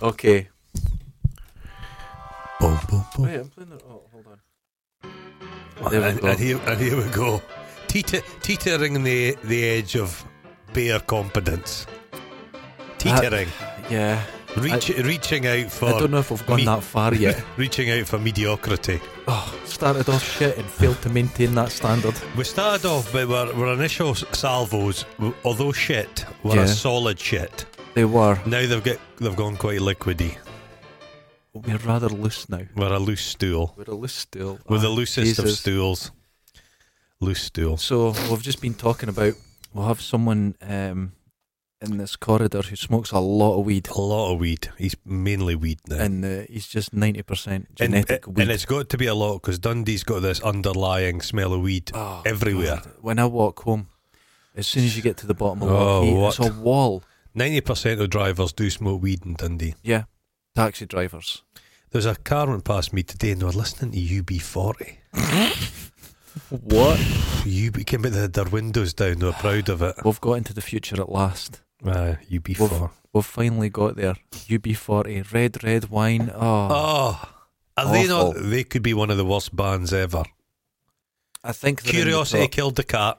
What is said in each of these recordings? Okay. Boom, boom, boom. Wait, I'm playing the. Oh, hold on. There we And, go. and here, and here we go. Teeter, teetering the the edge of bare competence. Teetering, Yeah. reach, reaching out I for don't know if I've gone me- that far yet. reaching out for mediocrity. oh, started off shit and failed to maintain that standard. We started off by our, our initial s- salvos, w- although shit, were Yeah. a solid shit. They were. Now they've got they've gone quite liquidy. We're rather loose now. We're a loose stool. We're a loose still. We're the Ah, loosest of Jesus. stools. Loose stool. So we've just been talking about. We'll have someone um, in this corridor who smokes a lot of weed, A lot of weed. He's mainly weed now. and uh, he's just ninety percent And- uh, genetic and, weed. it's got to be a lot because Dundee's got this underlying smell of weed. Oh, everywhere. God. When I walk home, as soon as you get to the bottom of Oh, the what? it's a wall. Ninety percent of drivers do smoke weed in Dundee. Yeah, taxi drivers. There's a car went past me today and they were listening to UB40. What? UB came out they had their windows down. They were proud of it. We've got into the future at last. Ah, UB4. We've finally got there. UB40, red, red wine. Oh, Oh, are they not? Awful. They could be one of the worst bands ever. I think they're in the Curiosity top. killed the cat.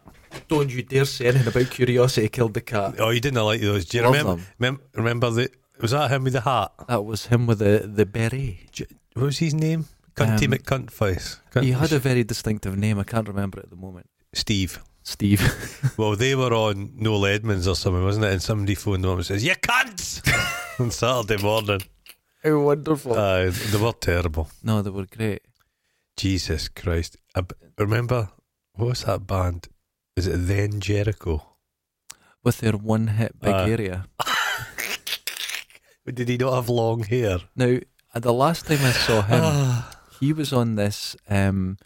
Don't you dare say anything about curiosity killed the cat. Oh, you didn't like those. Do you Love remember? them. Mem- remember the? Was that him with the hat? That was him with the the beret. What was his name? Cunty Um, McCuntface. He had a very distinctive name. I can't remember it at the moment. Steve. Steve. Well, they were on Noel Edmonds or something, wasn't it? And somebody phoned them up and says, "You cunts!" on Saturday morning. How wonderful. Uh, they were terrible. no, they were great. Jesus Christ! I b- remember what was that band? Is it Then Jericho? With their one hit big Aye. area. Did he not have long hair? Now, uh, the last time I saw him, Ah. he was on this um,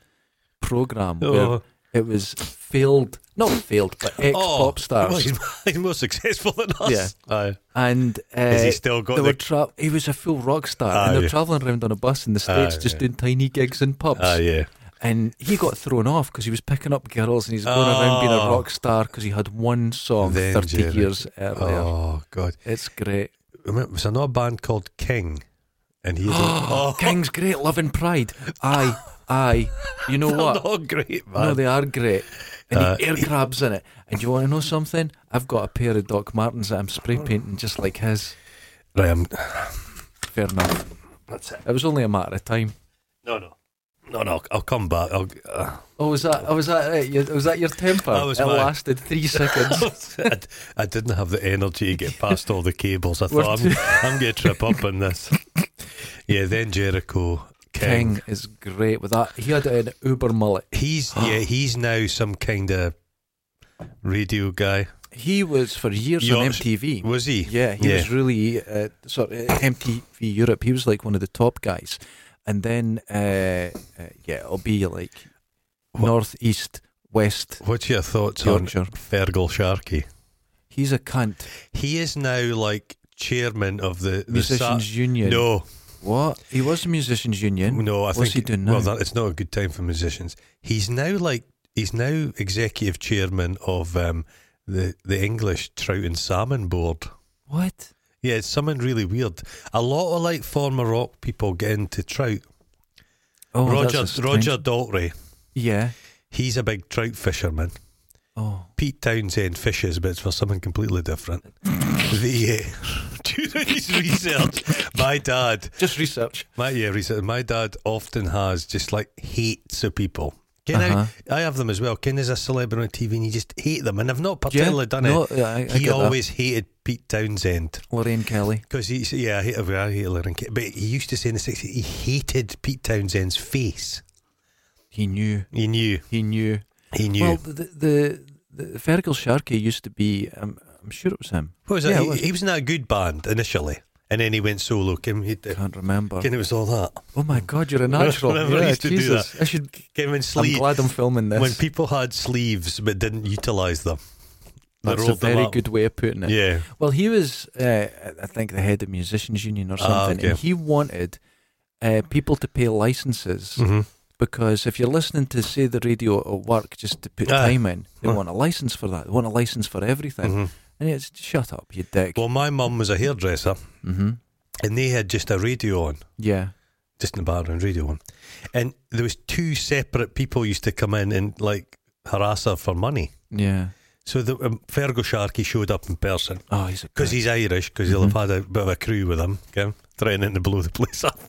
program where Oh. it was failed, not failed, but ex pop Well, stars. Oh. he's, he's more successful than us. Yeah. Aye. and uh, Has he still got they were the. tra- he was a full rock star, Aye. and they're traveling around on a bus in the states, Aye, just Ah, yeah. doing tiny gigs in pubs. Ah, yeah. And he got thrown off because he was picking up girls, and he's going around being a Oh. rock star because he had one song Then thirty Jerry. years earlier. Oh, God. It's great. Remember, was another band called King? And he's. oh, King's great, love and pride. Aye, aye. You know they're what? "Oh, not great, man. No, they are great. And Uh, he air grabs in it. And you want to know something? I've got a pair of Doc Martens that I'm spray Oh. painting just like his. Right, I'm, Fair enough. that's it. It was only a matter of time. No, no. No, no, I'll, I'll come back. I'll, uh, Oh, was that? Oh, was that? It? You- Was that your temper? That was it mine. lasted three seconds. I, I didn't have the energy to get past all the cables. I We're thought, I'm, too- I'm going to trip up on this. Yeah, then Jericho, King. King is great with that. He had an uber mullet. He's, yeah, he's now some kind of radio guy. He was for years on Yorks- MTV. Was he? Yeah, he was really uh, sort of MTV Europe. He was like one of the top guys, and then uh, uh, yeah, it'll be like What- north, east, west. What's your thoughts Yorkshire. on Fergal Sharkey? He's a cunt. He is now like chairman of the, the Musicians Sa- Union. No, What? He was the musicians union. no, I What's think he doing now? well, that, it's not a good time for musicians. He's now like he's now executive chairman of um, the the English Trout and Salmon Board. What? Yeah, it's something really weird. A lot of like former rock people get into trout. Oh, that's Roger a strange- Roger Daltrey, Yeah. he's a big trout fisherman. Oh. Pete Townsend fishes, but it's for something completely different. the uh, during his research, my dad, Just research. my yeah, research, my dad often has just like hates of people. Can Uh-huh. I? I have them as well. Ken is a celebrity on TV, and you just hate them, and I've not particularly done no, it. yeah, I- I get he that. always hated Pete Townsend Lorraine Kelly. because he's yeah, I hate, I hate Lauren Ke- but he used to say in the sixties he hated Pete Townsend's face. He knew. He knew, He knew. he knew. Well, the the, the Fergal Sharkey used to be. Um, I'm sure it was him. what was that? yeah, it he, was. he was in that good band initially, and then he went solo. Kim, he, uh, Can't remember. Ken, it was all that. Oh my God, you're a natural. Remember I yeah, used to do Jesus. I should. Came in I'm sleeve. glad I'm filming this. When people had sleeves but didn't utilise them, they That's a rolled them very up. good way of putting it. Yeah, Well, he was, uh, I think, the head of musicians union or something, Ah, okay. and he wanted uh, people to pay licenses Hmm. mm-hmm. because if you're listening to, say, the radio at work just to put Aye. time in, they want a license for that. They want a license for everything, and it's shut up, you dick. Well, my mum was a hairdresser, hmm and they had just a radio on, Yeah. just in the background radio on, and there was two separate people used to come in and like harass her for money. Yeah. So the um, Fergus Sharkey showed up in person Oh, he's a because prick. he's Irish because he'll have had a bit of a crew with him, okay? threatening to blow the place up.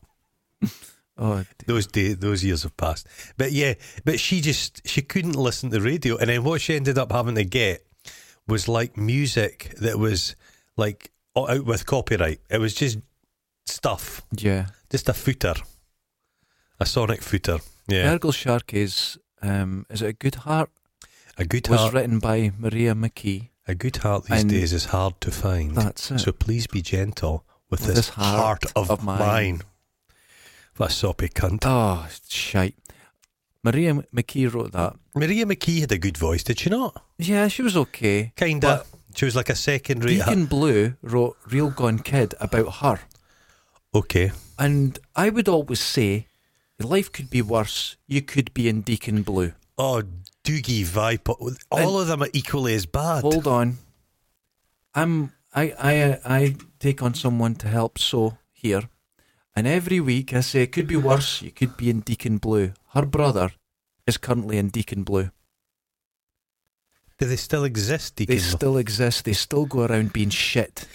Oh, d- Those day, those years have passed. But yeah, but she just she couldn't listen to the radio, and then what she ended up having to get was like music that was like o- out with copyright. It was just stuff, yeah. just a footer, a sonic footer. Yeah, Ergol Shark is. Um, is it a good heart? a good Was heart. written by Maria McKee. A good heart these And- days is hard to find. That's it. So please be gentle with, With this, heart, of, of mine. mine. What a soppy cunt. oh, shite. Maria M- McKee wrote that. Maria McKee had a good voice, did she not? Yeah, she was okay. Kinda. She was like a secondary. Deacon Blue wrote Real Gone Kid about her. okay. And I would always say, life could be worse. You could be in Deacon Blue. Oh, Doogie Viper. All of them are equally as bad. Hold on. I'm I I uh, I take on someone to help so here. And every week I say it could be worse, you could be in Deacon Blue. Her brother is currently in Deacon Blue. Do they still exist, Deacon? They still exist, they still go around being shit.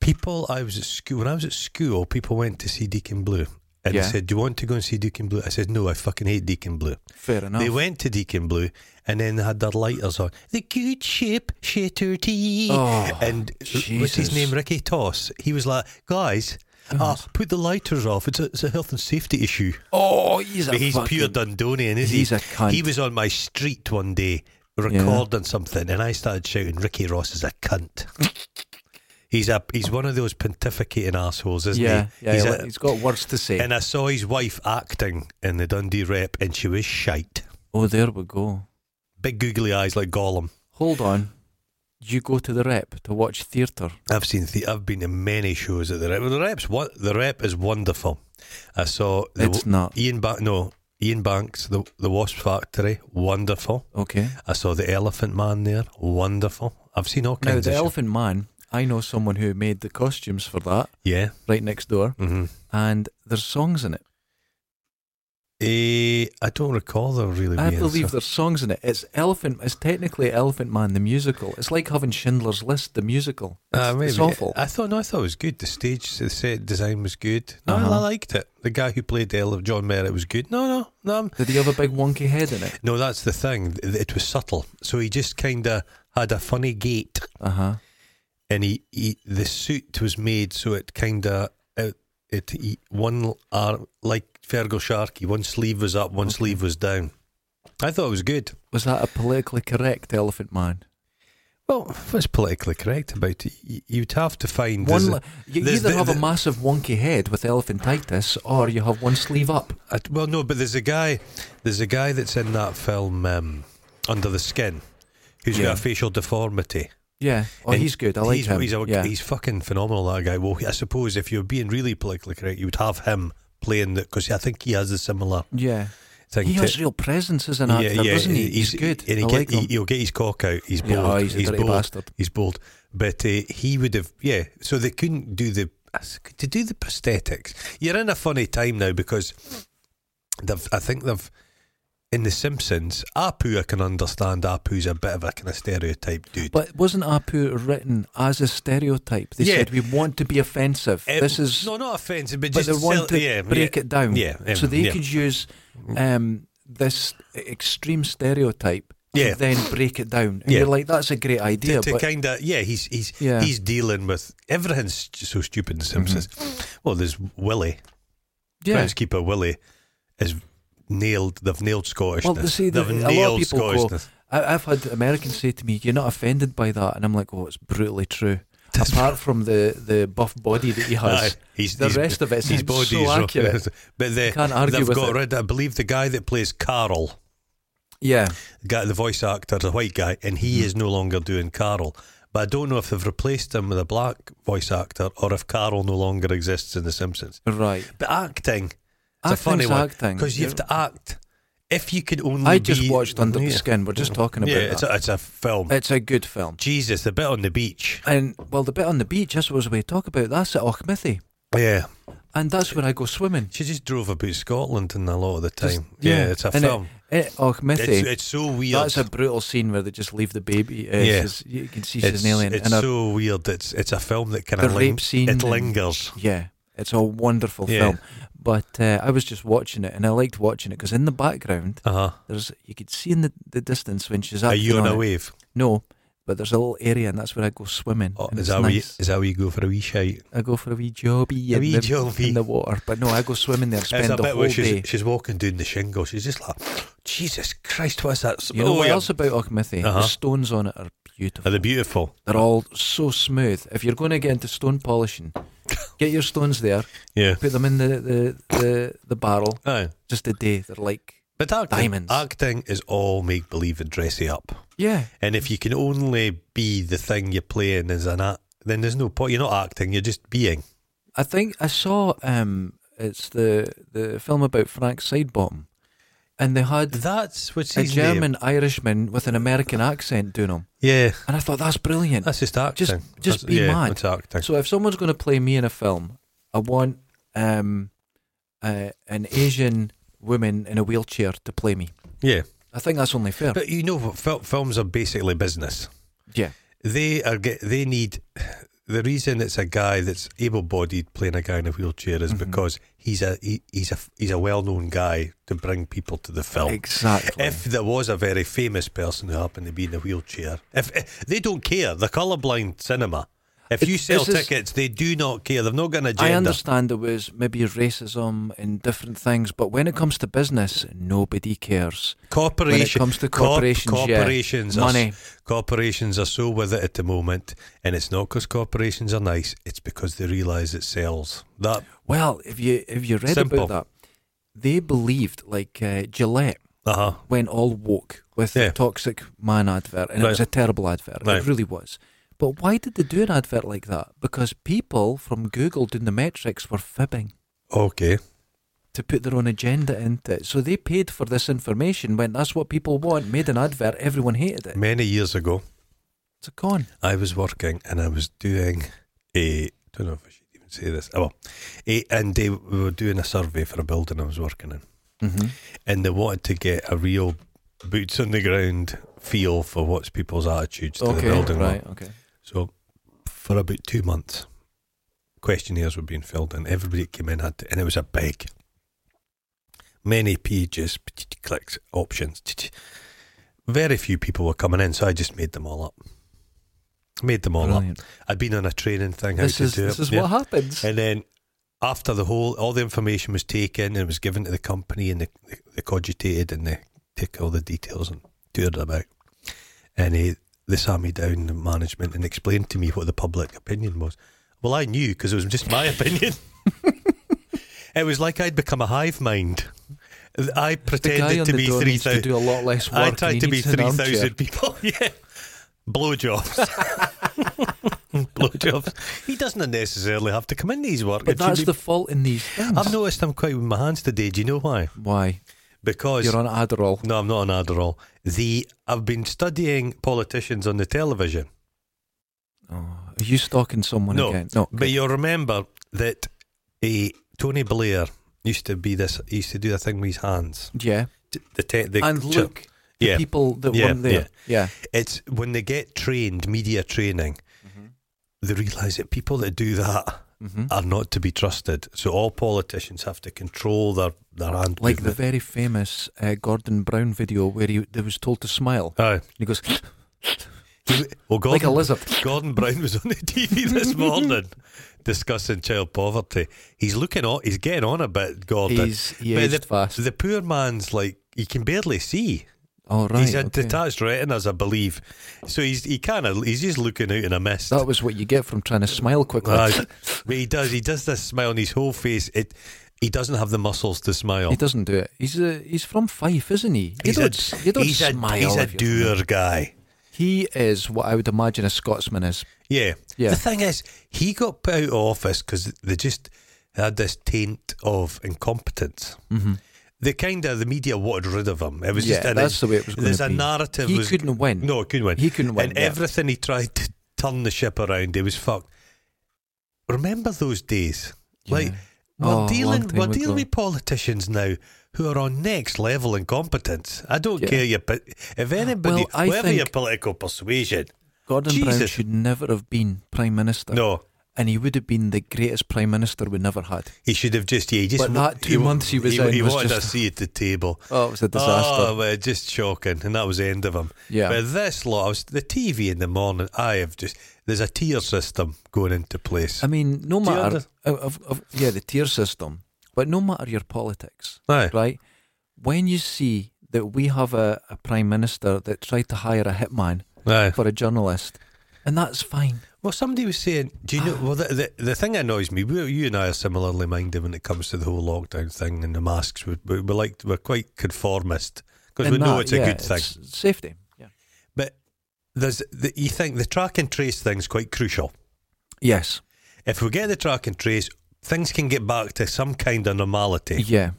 people I was at school when I was at school, people went to see Deacon Blue. And they Yeah. said, Do you want to go and see Deacon Blue? I said, No, I fucking hate Deacon Blue. Fair enough. They went to Deacon Blue and then they had their lighters on. The good ship shattered tea. Oh, and what's Jesus. his name? Ricky Toss. He was like, Guys, ah, put the lighters off. It's a, it's a health and safety issue. oh, he's a But he's fucking- pure Dundonian, is he's he? a cunt. He was on my street one day recording something, and I started shouting, "Ricky Ross is a cunt." he's a he's one of those pontificating assholes, isn't Yeah, he? yeah, he's yeah, a- he's got words to say. and I saw his wife acting in the Dundee Rep, and she was shite. oh, there we go. Big googly eyes like Gollum. Hold on. You go to the rep to watch theatre. I've seen the, I've been to many shows at the Rep. Well, the Rep's what the Rep is wonderful. I saw the It's not. Ian ba- no Ian Banks the the Wasp Factory wonderful. Okay. I saw the Elephant Man there. Wonderful. I've seen all Now kinds the of Elephant Man, I know someone who made the costumes for that shit. Yeah. right next door, Mm-hmm. and there's songs in it. Eh, I don't recall there really I being believe some- there's songs in it. It's Elephant. It's technically Elephant Man the musical. It's like having Schindler's List the musical. It's, Ah, it's maybe. awful. I thought no, I thought it was good. The stage, the set design was good. No, Uh-huh. I liked it. The guy who played the Ele- John Merritt was good. No, no, no. I'm- Did he have a big wonky head in it? no, that's the thing. Th- It was subtle. So he just kind of had a funny gait, Uh huh. and he, he the suit was made so it kind of it, it he, one arm like Fergal Sharkey, one sleeve was up, one sleeve was down. I thought it was good. Was that a politically correct Elephant Man? Well, what's politically correct about it? Y- You'd have to find One, there's li- a- you there's either the- have a the- massive wonky head with elephantitis, or you have one sleeve up. I- uh, well, no, but there's a guy, there's a guy that's in that film um, Under the Skin, who's Yeah. got a facial deformity. Yeah. Oh, And he's good. I like he's, him. He's, a- yeah. he's fucking phenomenal. That guy. Well, I suppose if you're being really politically correct, you would have him playing that because I think he has a similar yeah. thing. He to- has real presence as an actor, doesn't he? He's, good. And he I get, like him. He, will get his cock out. He's bold. Yeah, oh, he's a dirty bold. bastard. He's bold. But uh, he would have, yeah. So they couldn't do the to do the prosthetics. You're in a funny time now because they've. I think they've in the Simpsons. Apu, I can understand. Apu's a bit of a kind of stereotype dude. But wasn't Apu written as a stereotype? They Yeah. said we want to be offensive. Um, this is, no, not offensive, but, but they just want sell- to yeah, break yeah. it down. Yeah, um, so they yeah. could use um, this extreme stereotype Yeah. to then break it down. And Yeah. you're like, that's a great idea, to but kind of yeah he's he's Yeah. he's dealing with everything's just so stupid in The Simpsons. Well, there's Willie, yeah. groundskeeper Willie is nailed. They've nailed Scottishness. Well, they see, they've that a lot of nailed people go. Scottishness. I, I've had Americans say to me, "You're not offended by that," and I'm like, "Oh, it's brutally true." Apart from the, the buff body that he has, Aye, he's, the he's- rest of it's his it's body so is rough. accurate. But they, Can't argue they've with got it. rid. I believe the guy that plays Carol, Yeah, the guy, the voice actor, is a white guy, and Mm-hmm. he is no longer doing Carol. But I don't know if they've replaced him with a black voice actor or if Carol no longer exists in The Simpsons. right. But acting, it's a Acting's funny one acting. because you have to act. If you could only, I just be- watched Under the Yeah. Skin. We're just talking about Yeah, that. it's a, it's a film. It's a good film. Jesus, the bit on the beach. And well, the bit on the beach, I suppose we talk about that's at Auchmithy. Yeah, and that's where I go swimming. she just drove about Scotland in a lot of the time. Just- yeah, it's a and it- film. it- oh, Mithy, it's, it's so weird. that's a brutal scene where they just leave the baby. Uh, Yeah. she's- you can see she's it's, an alien. it's and her- so weird. It's it's a film that kind the of ling- rape scene. it and- lingers. yeah, it's a wonderful Yeah. film. But uh, I was just watching it, and I liked watching it because in the background, Uh huh. there's you could see in the, the distance when she's Are acting you on on a it. wave? No, but there's a little area, and that's where I go swimming. Oh, and it's is that where you, nice. is that where you go for a wee shite? I go for a wee jobby, A in, wee the, jobby. in the water. But no, I go swimming there, There's spend a the bit whole where she's, day. she's walking down the shingle. She's just like, Jesus Christ, what's that? You know oh, what yeah. else about Ochmithy? Uh-huh. The stones on it are beautiful. Are they beautiful? They're all so smooth. If you're going to get into stone polishing, get your stones there, Yeah. put them in the, the, the, the barrel Aye. just a day. They're like, But acting, Diamonds. acting is all make believe and dressy up. yeah, And if you can only be the thing you're playing as an act, then there's no point. You're not acting, you're just being. I think I saw um, it's the the film about Frank Sidebottom, and they had That's what's a his name. German Irishman with an American accent doing him, Yeah, and I thought that's brilliant. that's just acting. Just- just That's- be yeah, mad. That's acting. So if someone's going to play me in a film, I want um, uh, an Asian woman in a wheelchair to play me. Yeah. I think that's only fair. But you know what? Fil- films are basically business. yeah, They are. Get, they need. The reason it's a guy that's able-bodied playing a guy in a wheelchair is Mm-hmm. because he's a he, he's a he's a well-known guy to bring people to the film. exactly. If there was a very famous person who happened to be in a wheelchair, if, if they don't care, the colourblind cinema. If It- you sell this is- tickets, they do not care. They've not got an I agenda. understand there was maybe racism and different things, but when it comes to business, nobody cares. When it Corporation, comes to corp- corporations, yeah. corporations, are s- money. corporations are so with it at the moment, and it's not because corporations are nice. It's because they realise it sells. That Well, if you if you read Simple. about that, they believed like uh, Gillette uh huh. went all woke with Yeah. the toxic man advert, and Right. it was a terrible advert. Right. It really was. But why did they do an advert like that? Because people from Google doing the metrics were fibbing Okay. to put their own agenda into it. So they paid for this information, went, that's what people want, made an advert, everyone hated it. Many years ago, It's a con. I was working and I was doing a. don't know if I should even say this. Oh, well, a, and they we were doing a survey for a building I was working in, Mm-hmm. and they wanted to get a real boots on the ground feel for what's people's attitudes to the Okay, building. were. right, okay. So, for about two months, questionnaires were being filled in. Everybody that came in had to, and it was a big, many pages, clicks, options. Very few people were coming in, so I just made them all up. Made them all up. Brilliant. I'd been on a training thing. How This to is, do this it. is yeah. what happens. And then after the whole, all the information was taken and it was given to the company and they, they, they cogitated and they took all the details and toured it about. And he, they sat me down, the management, and explained to me what the public opinion was. Well, I knew because it was just my opinion. it was like I'd become a hive mind. I The guy pretended on to the be door needs to 3,000. do a lot less work. I and he tried to be needs an armchair. 3,000 people. Yeah. Blowjobs. Blowjobs. He doesn't necessarily have to come into his work. But It should that's be- the fault in these things. I've noticed I'm quite with my hands today. Do you know why? Why? Because. You're on Adderall. no, I'm not on Adderall. The I've been studying politicians on the television. Oh, are you stalking someone No, again? No. But you'll remember that a Tony Blair used to be this. He used to do a thing with his hands. yeah. T- The te- the and ch- look, yeah. the people that Yeah, weren't there. Yeah. It's when they get trained, media training, they realise that people that do that hmm are not to be trusted. So all politicians have to control their their hand. Like the very famous uh, Gordon Brown video where he, they was told to smile. the. Aye. And he goes, He- Well, like Gordon, a lizard. Gordon Brown was on the TV this morning discussing child poverty. He's looking on. He's getting on a bit, Gordon. He's, he But aged the, fast. the poor man's like he can barely see. oh, right. he's a okay. detached retinas, I believe. So he's he kind of he's just looking out in a mist. That was what you get from trying to smile quickly. Aye. but he does he does this smile on his whole face. It he doesn't have the muscles to smile. He doesn't do it. He's a, he's from Fife, isn't he? You He's a- don't, you don't he's smile. a he's a if you're- doer guy. He is what I would imagine a Scotsman is. Yeah. Yeah. The thing is, he got put out of office because they just had this taint of incompetence. Mm-hmm. The kind of the media wanted rid of him. It was Yeah, just and that's it- the way it was going There's to a be. narrative. He was, couldn't win. No, it couldn't win. He couldn't win. and yeah. everything he tried to turn the ship around, he was fucked. Remember those days Like, Yeah. we're Oh, long dealing, time we're dealing ago. with politicians now who are on next level incompetence. I don't Yeah. care your, but if anybody, I whatever your think- political persuasion, Gordon Brown Jesus. should never have been prime minister. no, and he would have been the greatest prime minister we never had. he should have just, yeah, he just, But that two he, months he was he, in he was wanted just- a seat at the table. Oh, it was a disaster. Oh, well, just shocking, and that was the end of him. Yeah. But this lot, I was- the TV in the morning, I have just there's a tier system going into place. I mean, no Do you matter under- of, of, of- yeah the tier system, but no matter your politics, Aye. right? When you see that we have a, a prime minister that tried to hire a hitman Aye. for a journalist, and that's fine. Well, somebody was saying, do you know? Well, the, the, the thing that annoys me, we, you and I are similarly minded when it comes to the whole lockdown thing and the masks. We, we, we like we're quite conformist because And we know that, it's yeah, a good thing. it's Safety. Yeah. But there's the, you think the track and trace thing's quite crucial. Yes. If we get the track and trace, things can get back to some kind of normality. Yeah.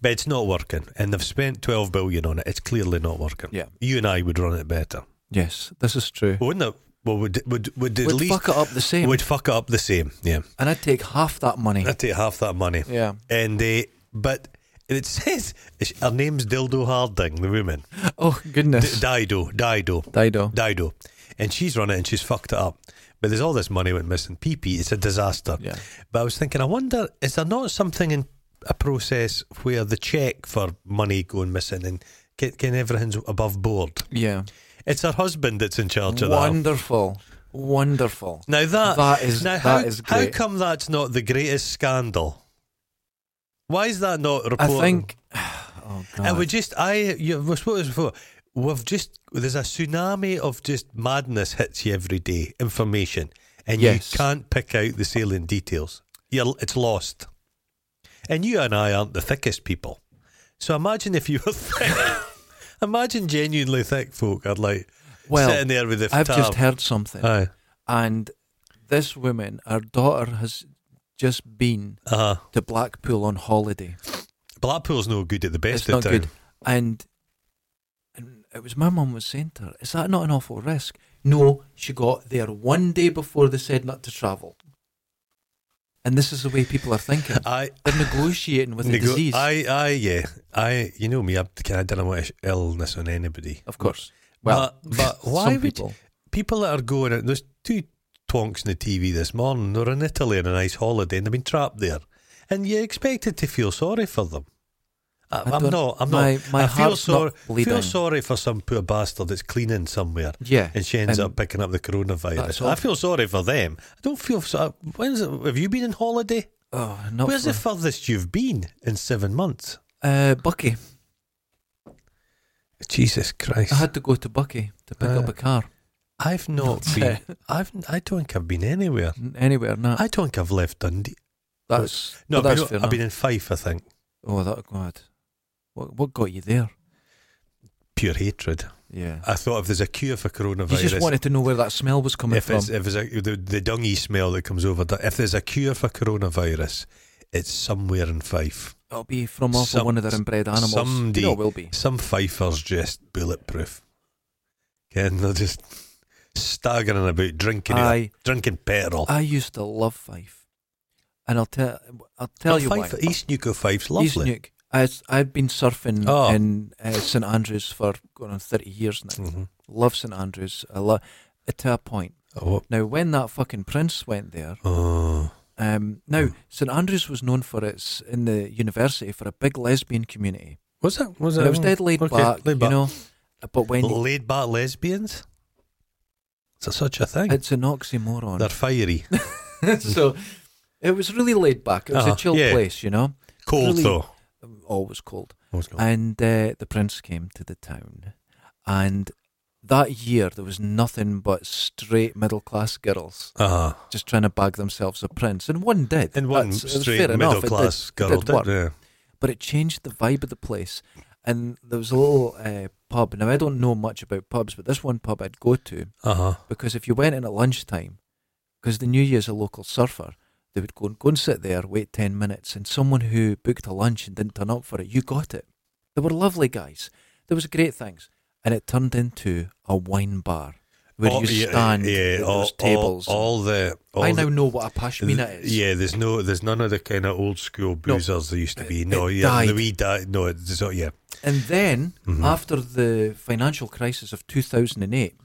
But it's not working, and they've spent twelve billion on it. It's clearly not working. Yeah. you and I would run it better, Yes. This is true. wouldn't it? Well, would would would at We'd least fuck it up the same, would fuck it up the same. Yeah, and I'd take half that money. I'd take half that money. Yeah. And uh, but it says it's- her name's Dildo Harding, the woman Oh goodness. D- Dido, Dido, Dido. Dido, and she's run it and she's fucked it up. But there's all this money went missing. PP, it's a disaster. Yeah. But I was thinking, I wonder, is there not something in a process where the check for money going missing and can, can everything's above board? Yeah. It's her husband that's in charge of that. Wonderful. Wonderful. Now that, That is- now that how, is how great. come that's not the greatest scandal? Why is that not reported? I think. Oh God. And we just, I, you, we spoke this before. We've just, there's a tsunami of just madness hits you every day, information, and Yes. you can't pick out the salient details. You're, it's lost. And you and I aren't the thickest people. So imagine if you were thick. imagine genuinely thick folk are like Well, sitting there with Uh, the I've tab. just heard something, Aye. and this woman, her daughter, has just been Uh-huh. to Blackpool on holiday. Blackpool's no good at the it's best of not time. good, and and it was my mum was saying to her, "Is that not an awful risk?" No, she got there one day before they said not to travel, and this is the way people are thinking. I, They're negotiating with the nego- disease, I, I, yeah, I. You know me. I, I don't want to illness on anybody. of course. Well, But- but some why would- people? people that are going out, there's two twonks on the TV this morning. They're in Italy on a nice holiday and they've been trapped there. And you're expected to feel sorry for them. I, I I am don't- not. I'm my- not. my I feel, heart's sorry, not bleeding. feel sorry for some poor bastard that's cleaning somewhere Yeah, and she ends and- up picking up the That's coronavirus. awful. I feel sorry for them. I don't feel so. When's it, have you been on holiday? Oh, not Where's the for- furthest you've been in seven months? uh, Bucky. Jesus Christ! I had to go to Bucky to pick Ah. up a car. I've not That's been. it. I've. I don't think I've been anywhere. N- Anywhere, no. I don't think I've left Dundee. that's No, no, I've that's been, fair I've been enough. in Fife, I think. Oh, that God. What what got you there? Pure hatred. Yeah. I thought if there's a cure for coronavirus, You just wanted to know where that smell was coming if from. it's, if it's a, the, the dungy smell that comes over, that, if there's a cure for coronavirus, it's somewhere in Fife. It'll be from off some- of one of their inbred animals. somebody- you know it will be. Some Fifers just bulletproof. And they're just staggering about drinking ale- I drinking petrol. I used to love Fife, and I'll tell I'll tell you why. Fife, East Nuka Fife's lovely. East Nuke. I I've been surfing Oh. in uh, St Andrews for going on thirty years now. Mhm. Love St Andrews. I love to a point. Oh, Now, when that fucking prince went there, oh. Um, now, St Andrews was known for its in the university for a big lesbian community. Was it? Was And it was dead laid, okay, back, laid back. you know. But when you- Laid back lesbians? Is there such a thing? it's an oxymoron, They're fiery. so it was really laid back. It was Uh-huh, a chill yeah. place, you know. Cold Really- though. Always cold. And uh, the prince came to the town, and that year there was nothing but straight middle class girls Uh-huh. just trying to bag themselves a prince, and one did. And one That's- it was straight fair enough. middle It did- class it girl. did did- work. yeah. but it changed the vibe of the place. And there was a little uh, pub. Now I don't know much about pubs, but this one pub I'd go to Uh-huh. because if you went in at lunchtime, because the New Year's a local surfer, they would go and go and sit there, wait ten minutes, and someone who booked a lunch and didn't turn up for it, you got it. They were lovely guys. There was great things, and it turned into a wine bar. where All- you Oh, yeah, stand yeah, at all- those tables. All, all the. All I the- now know what a pashmina is. Yeah, there's no, there's none of the kind of old school boozers there used to be. No, it yeah, died. the wee di- No, it's not. Yeah, And then Mhm. after the financial crisis of 2008,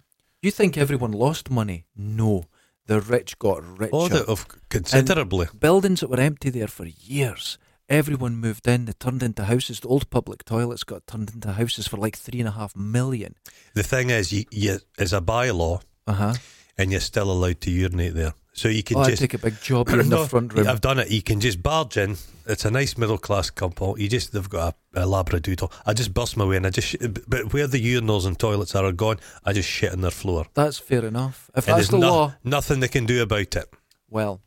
you think everyone lost money? No, the rich got richer. all Oh, the of considerably. Buildings that were empty there for years. Everyone moved in. They turned into houses. The old public toilets got turned into houses for like three and a half million. the thing is, you, you it's a bylaw, Uh huh. and you're still allowed to urinate there, so you can Oh, I just. take a big job here in the No, front room. I've done it. You can just barge in. It's a nice middle class couple. You just they've got a, a labradoodle. I just burst my way and I just. sh- But where the urinals and toilets are, are gone, I just shit on their floor. That's fair enough. If and that's there's the no- law, nothing they can do about it. well,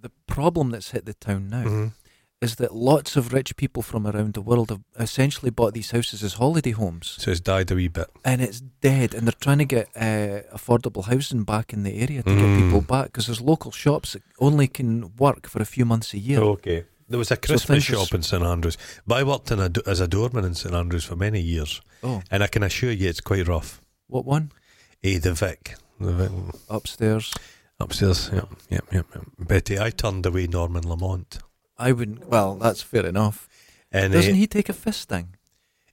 the problem that's hit the town now Mhm. is that lots of rich people from around the world have essentially bought these houses as holiday homes, So it's died a wee bit. and it's dead. And they're trying to get uh, affordable housing back in the area to Mm. get people back because there's local shops that only can work for a few months a year. Okay. There was a Christmas things is- shop in St Andrews. But I worked in a, do- as a doorman in St Andrews for many years, Oh, and I can assure you it's quite rough. what one Eh, the Vic. The Vic. upstairs? Upstairs, yep, yep, yep, yep. Betty, I turned away Norman Lamont. I wouldn't. Well, that's fair enough. And Doesn't eh, he take a fisting?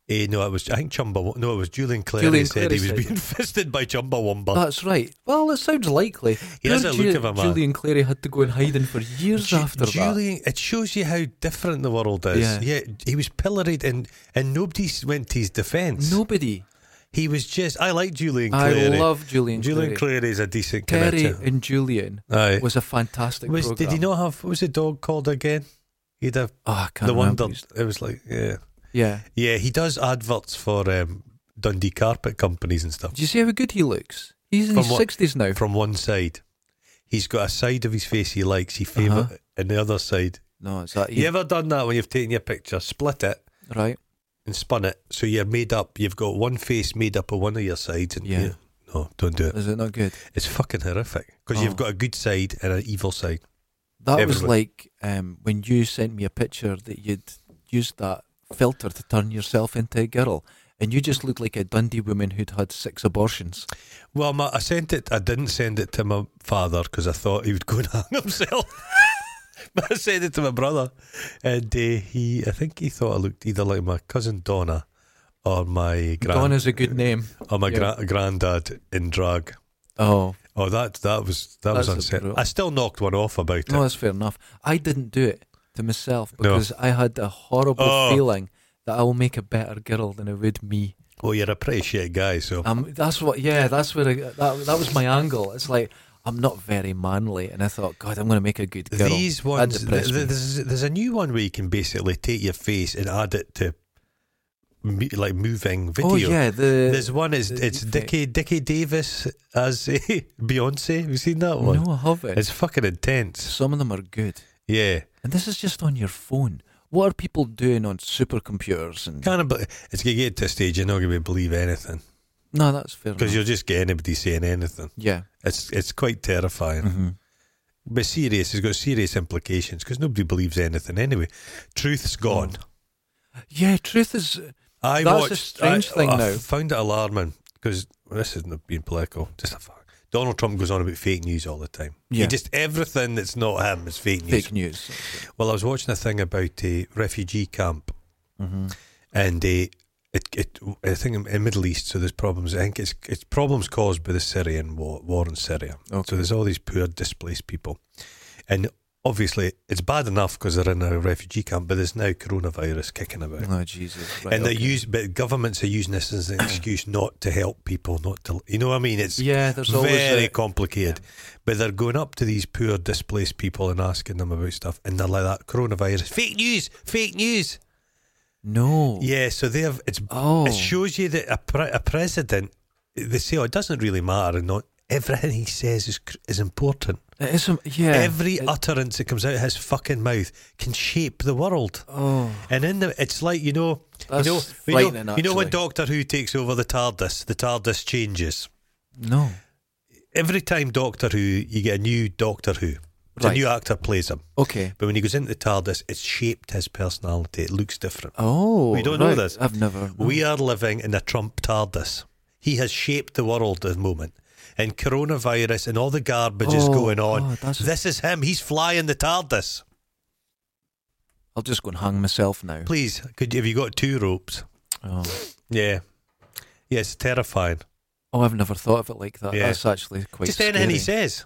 eh, no, it was I think Chumba. No, it was Julian Clary Julian said Clary he was said being fisted by Chumbawamba. That's right. Well, it sounds likely. Oh. He has a look of a man. Julian Clary had to go in hiding for years Ju- after that. Julian, it shows you how different the world is. Yeah. he was pilloried and and nobody s- went to his defence. Nobody. he was just. I like Julian I Clary. love Julian, Julian Clary. Clary is a decent Terry connector. and Julian Aye. was a fantastic Was- program. did he not have? What was the dog called again? He'd have Oh, I can't the one remember. that it was like yeah, Yeah. yeah. He does adverts for um, Dundee carpet companies and stuff. Do you see how good he looks? He's in From his what- sixties now. from one side. He's got a side of his face he likes, he favour Uh-huh. and the other side. No, is that You you? ever done that when you've taken your picture, split it Right. and spun it, so you're made up. You've got one face made up of one of your sides, and Yeah. you- no, don't do it. Is it not good? It's fucking horrific because Oh. you've got a good side and an evil side. That was Everyone. like um, when you sent me a picture that you'd used that filter to turn yourself into a girl, and you just looked like a Dundee woman who'd had six abortions. Well, my, I sent it. I didn't send it to my father because I thought he would go and hang himself. but I sent it to my brother, and uh, he. I think he thought I looked either like my cousin Donna or my grand Don is a good name. or Oh, my Yeah. gra- granddad in drag. Oh, Oh, that that was that That's was a unsaid. brutal- I still knocked one off about no, it. that's fair enough. I didn't do it to myself because I had a horrible Oh. feeling that I will make a better girl than I would me. Well, you're a pretty shit guy, so Um, that's what. Yeah, that's where I, that that was my angle. It's like I'm not very manly, and I thought, God, I'm going to make a good girl. these That ones. Th- depressed me. th- there's, there's a new one where you can basically take your face and add it to me- like moving video. oh yeah, the There's one is the it's deepfake. Dickie Dickie Davis as eh, Beyonce. Have you seen that one? no, I haven't. It's fucking intense. Some of them are good, Yeah, and this is just on your phone. What are people doing on supercomputers? And kind of. It's gonna get to a stage you're not gonna believe anything no, that's fair. because enough. you'll just get anybody saying anything. yeah, It's it's quite terrifying. hmm But serious, it's got serious implications because nobody believes anything anyway. Truth's gone. yeah. Truth is, uh, I Mm. That's a watched. strange I, thing I now. found it alarming because this isn't being political. Just a fuck. Donald Trump goes on about fake news all the time. Yeah. He just everything that's not him is fake news. fake news. Well, I was watching a thing about a refugee camp, hmm and uh, it, it, I think in the Middle East, so there's problems. I think it's it's problems caused by the Syrian war, war in Syria. So Okay. there's all these poor displaced people, and obviously it's bad enough because they're in a refugee camp, but there's now coronavirus kicking about. Oh Jesus! Right, And they okay. use, but governments are using this as an excuse not to help people, not to, you know what I mean? It's Yeah, there's always very a- complicated. But they're going up to these poor displaced people and asking them about stuff, and they're like that coronavirus, fake news, fake news. no. Yeah, so they have it's. Oh. It shows you that a, pre- a president, they say, oh, it doesn't really matter, and not everything he says is cr- is important. It is some- yeah. Every It- utterance that comes out of his fucking mouth can shape the world. oh. And in the, it's like you know, That's you know, you frightening, know, you know when actually. Doctor Who takes over the TARDIS, the TARDIS changes. No. Every time Doctor Who, you get a new Doctor Who. It's A Right. new actor plays him, Okay. but when he goes into the TARDIS, it's shaped his personality. It looks different. Oh, We don't know right. this. I've never. We are living in a Trump TARDIS. He has shaped the world at the moment. and coronavirus and all the garbage is Oh, going on. oh, that's- this is him. He's flying the TARDIS. I'll just go and hang myself now. Please, could have you got two ropes? Oh. Yeah. Yes, terrifying. Oh, I've never thought of it like that. Yeah. That's actually quite Just scary. anything he says.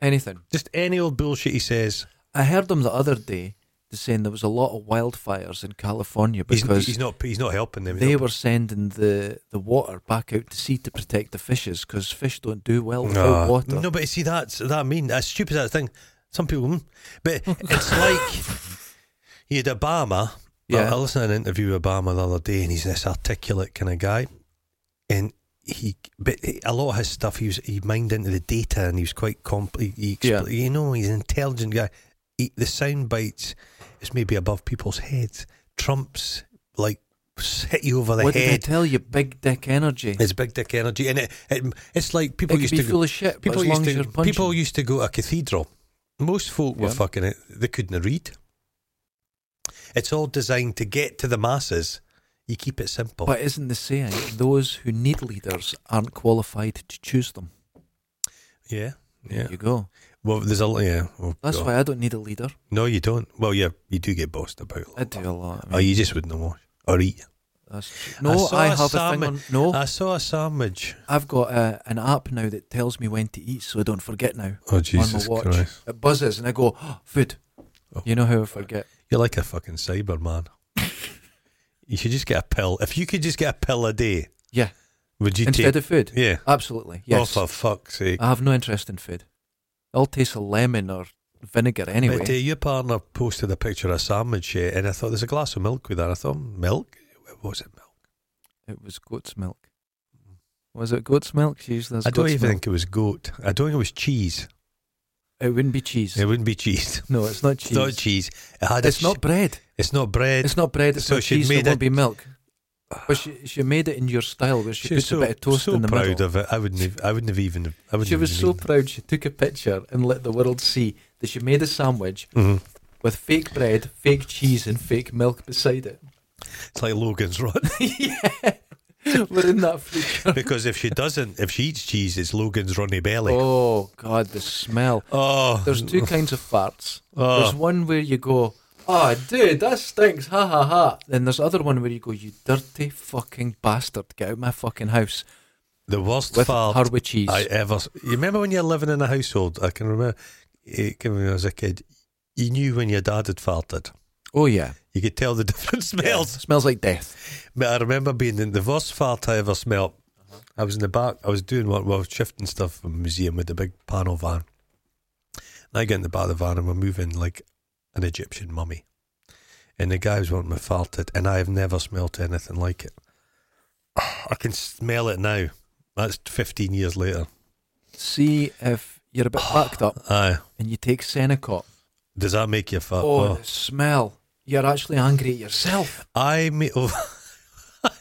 Anything. Just any old bullshit he says. I heard them the other day saying there was a lot of wildfires in California He's, because he's not. He's not helping them. He's they not- were sending the, the water back out to sea to protect the fishes because fish don't do well without No. water. No, but you see that's that I mean that's stupid that thing. Some people, mm. but it's like you had Obama. Yeah. I, I listened to an interview with Obama the other day, and he's this articulate kind of guy, and he but he- a lot of his stuff he was he mined into the data, and he was quite comp. He, he Yeah. expl- you know he's an intelligent guy. He, the sound bites is maybe above people's heads. Trump's like hit you over the what did I head. tell you? Big dick energy. It's big dick energy, and it, it it's like It people could used be to. go- full of shit, People but as long used as to you're punching. people used to go to a cathedral. Most folk were Yeah. fucking it. They couldn't read. It's all designed to get to the masses. You keep it simple. but isn't the saying, those who need leaders aren't qualified to choose them? yeah, yeah. There you go. Well, there's a l- yeah. Oh, That's God. why I don't need a leader. No, you don't. Well, yeah, you do get bossed about. I do a lot. I Oh, mean, you just wouldn't wash or eat. that's- I no, saw I, a have a thing salmon- on. No, I saw a sandwich. I've got uh, an app now that tells me when to eat, so I don't forget now. Oh Jesus on my watch, Christ! it buzzes, and I go, "Oh, "Food." Oh. You know how I forget? You're like a fucking Cyberman. you should just get a pill. If you could just get a pill a day, Yeah. would you Instead take? of food, yeah. absolutely. Yes, Oh, for fuck's sake. I have no interest in food. I'll taste a lemon or vinegar anyway. But uh, your partner posted a picture of a sandwich, eh, and I thought there's a glass of milk with that. I thought milk. Was it milk? it was goat's milk. Was it goat's milk? She used it as I don't goat's even milk. think it was goat. I don't think it was cheese. It wouldn't be cheese. It wouldn't be cheese. no, it's not It's not cheese. cheese. It had a It's ch- not bread. It's not bread. It's not bread. It's so not she'd cheese. It made won't it- be milk. But she she made it in your style, where she, She was puts a bit of toast so in the proud middle. of it. I wouldn't. Have, I wouldn't have even. I wouldn't She have was so even- proud she took a picture and let the world see that she made a sandwich Mhm. with fake bread, fake cheese, and fake milk beside it. It's like Logan's run yeah. We're in that future. because if she doesn't, if she eats cheese, it's Logan's Oh, runny belly. Oh, Oh, God, the smell. There's two kinds of farts. Oh. There's one where you go, ah, dude, that stinks, ha ha ha. Then there's other one where you go, you dirty fucking bastard, get out my fucking house the worst with fart her with cheese. I ever. s- You remember when you're living in a household? I can remember. It, when I was a kid, you knew when your dad had farted. oh, yeah. You could tell the different smells. Smells like death. But I remember being in the worst fart I ever smelt. I was in the back. I was doing what well, shifting stuff from the museum with the big panel van. And I get in the back of the van and we're moving like an Egyptian mummy. And the guy was wanting me farted, and I have never smelt anything like it. I can smell it now. That's 15 years later. See if you're a bit fucked up Aye. and you take Senecot. Uh-huh. Does that make you fart? Oh, the smell. You're actually angry at yourself. I mean, oh,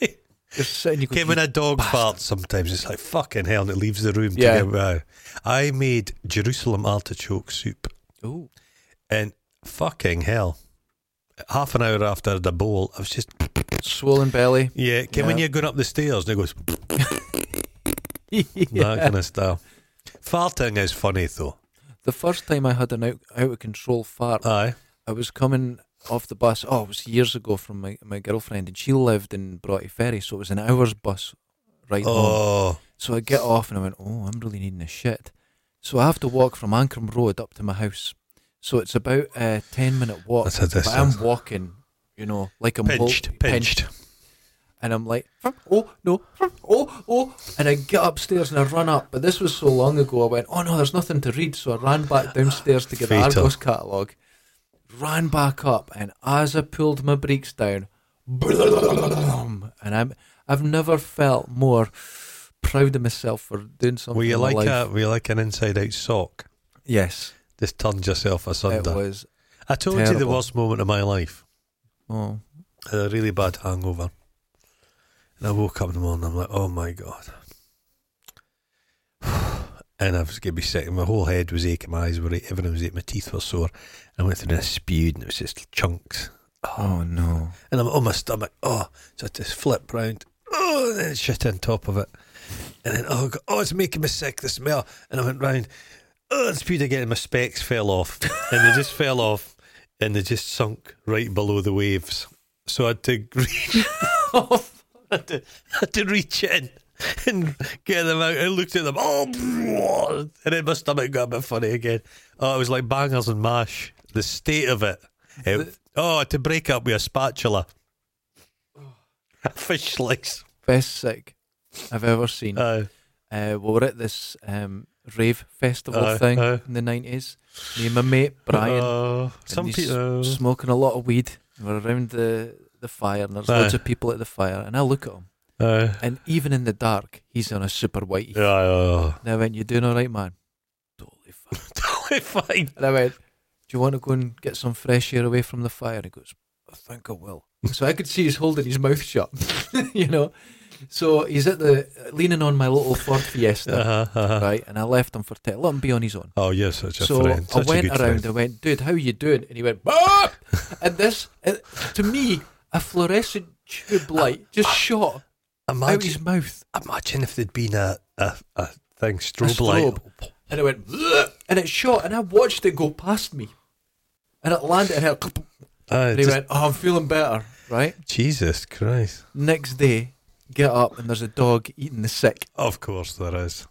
You're sitting, you go, when a dog farts, sometimes it's like fucking hell, and it leaves the room. Yeah. To get, wow. I made Jerusalem artichoke soup, oh, and fucking hell, half an hour after I had a bowl, I was just swollen belly. yeah. Can when Yeah. you're going up the stairs, and it goes that kind of stuff. Farting is funny though. The first time I had an out, out of control fart, Aye, I was coming off the bus. Oh, it was years ago from my, my girlfriend, and she lived in Broughty Ferry, so it was an hour's bus ride home. oh, So I get off and I went, oh, I'm really needing a shit. So I have to walk from Ancram Road up to my house. So it's about a 10 minute walk. That's a but I'm distance. walking, you know, like I'm wol- pinched, pinched. And I'm like, oh, no, oh, oh. And I get upstairs and I run up. But this was so long ago, I went, oh no, there's nothing to read. So I ran back downstairs to get the Fatal. Argos catalogue, ran back up. And as I pulled my brakes down, and I'm, I've never felt more proud of myself for doing something. Were you in Um, my like uh, life. a were you like an inside out sock? Yes, Just turned yourself it asunder. was. I told you the terrible. worst moment of my life. Oh, I had a really bad hangover. And I woke up in the morning, I'm like, oh my God. And I was going to be sick. My whole head was aching, my eyes were aching, everything was aching, my teeth were sore. And I went through and I spewed, and it was just chunks. oh no. And I'm on my stomach, oh. So I just flipped round, oh, and then shit on top of it. And then, oh, God, oh, it's making me sick, the smell. And I went round, oh, it's pewed again. And my specs fell off. and they just fell off and they just sunk right below the waves. So I had to reach off. I had to, I had to reach in and get them out. I looked at them, oh, and then my stomach got a bit funny again. Oh, it was like bangers and mash. The state of it. It- oh, to break up with a spatula. A fish slice. Best sick I've ever seen. Uh, uh, we were at this um, rave festival Aye, thing aye. in the nineties. Me and my mate Brian uh, some and he's people. smoking a lot of weed. And we're around the the fire, and there's Aye. loads of people at the fire. And I look at him, Uh, and even in the dark, he's on a super white. yeah, uh, And I went, "You doing all right, man?" Totally fine. totally fine. And I went, "Do you want to go and get some fresh air away from the fire?" And he goes, "I think I will." so I could see he's holding his mouth shut, you know. So he's at the leaning on my little Ford Fiesta, Uh-huh, uh-huh. right? And I left him for te- let him be on his own. Oh, you're such a so friend. I Such went a around. good Ah! friend. I went, dude, how you doing? And he went, "Bob." and this, and to me, a fluorescent tube light just shot out Imagine, his mouth, imagine if there'd been a, a, a thing, a strobe, light. strobe. and it went, "Bleh," and it shot, and I watched it go past me, and it landed, and, it, Uh, and he just- went, "Oh, I'm feeling better." Right. Jesus Christ. Next day, get up, and there's a dog eating the sick. Of course there is.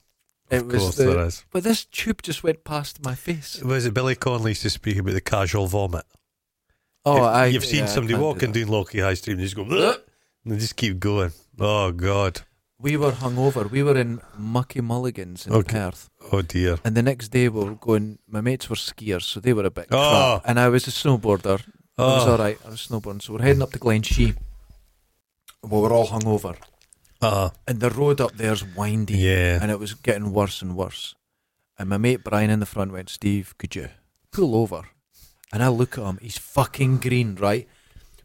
It Of was course the, there is. but this tube just went past my face. Was it Billy Connolly used to speak about the casual vomit? Oh, If I you've seen yeah, I somebody can't do walking that. down Lockie High Street and you just go, "Bleh," and they just keep going. Oh, God. We were hungover. We were in Mucky Mulligans in Okay. Perth. Oh, dear. And the next day we were going. My mates were skiers, so they were a bit. Oh. crap. And I was a snowboarder. I was all Oh, right. I was snowboarding. So we're heading up to Glen Shee. We were all hungover, uh, and the road up there's windy, yeah. and it was getting worse and worse. And my mate Brian in the front went, "Steve, could you pull over?" And I look at him. He's fucking green, right?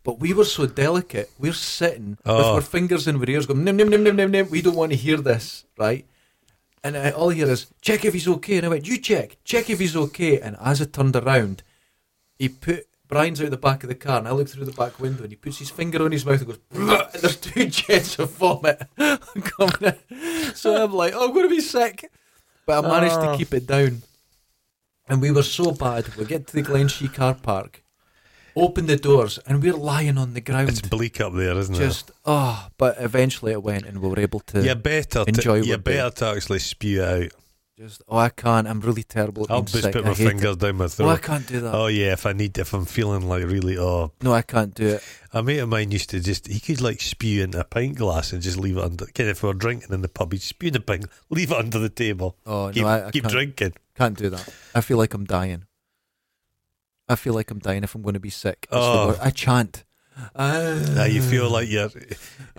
But we were so delicate. We're sitting with Oh. our fingers in our ears, going, "Nim nim nim nim nim nim." We don't want to hear this, right? And I, all I hear is, check if he's okay. And I went, you check, check if he's okay. And as I turned around, he put, Brian's out the back of the car, and I look through the back window, and he puts his finger on his mouth and goes, "Bruh," and there's two jets of vomit coming out. So I'm like, oh, I'm going to be sick. But I managed Oh. to keep it down. And we were so bad, we get to the Glen Shee car park, open the doors, and we're lying on the ground. It's bleak up there, isn't it? just, oh, but eventually it went, and we were able to. you better enjoy to, you would be. better to actually spew it out. Just oh, I can't. I'm really terrible. At being I'll just sick. put I my hate fingers down my It. Well, I throat. can't do that. Oh yeah, if I need, if I'm feeling like really, oh, No, I can't do it. a mate of mine used to just, he could like spew into a pint glass and just leave it under. Kind of if we were drinking in the pub, he'd spew in the pint, leave it under the table, Oh keep, no, I, I keep can't, drinking. can't do that. I feel like I'm dying. I feel like I'm dying if I'm going to be sick. It's the Oh. wor- I chant. Uh, Now you feel like you're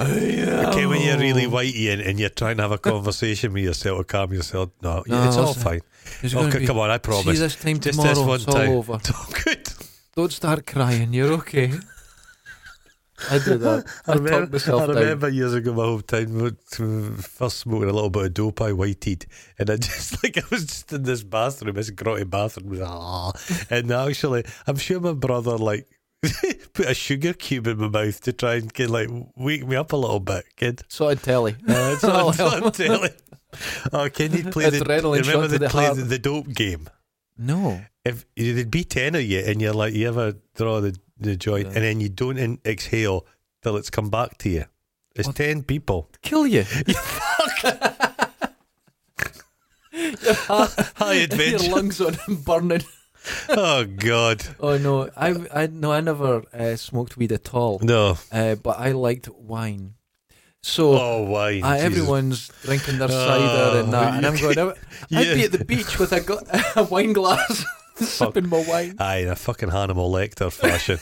okay when you're Oh. really whitey and, and you're trying to have a conversation with yourself to calm yourself. No, No, it's all listen. fine. There's gonna Okay, be- come on, I See promise. this time Just tomorrow. this one it's all time. over. It's all good. Don't start crying. You're okay. I do that. I, talk myself I down. remember years ago, my hometown, we were first smoking a little bit of dope, I whited, and I just like I was just in this bathroom, this grotty bathroom, was, "Ah." and actually, I'm sure my brother like put a sugar cube in my mouth to try and kind of, like wake me up a little bit, kid. So I telly. Uh, it's on, I'll it's on help. telly. Oh, can you play the? Adrenaline shot Remember to they the play heart. the, the dope game. No. If they'd be ten of you, and you're like, you ever draw the the joint, Yeah. and then you don't in- exhale till it's come back to you. It's What? ten people. Kill you. High adventure. Your lungs on burning. oh God, Oh no, I I no, I never uh, smoked weed at all. no! Uh, but I liked wine. So Oh, why? I, Jesus. everyone's drinking their Oh, cider and that, and I'm you- going. I, yeah. I'd be at the beach with a, gla- a wine glass, sipping my wine. Aye, in a fucking Hannibal Lecter fashion,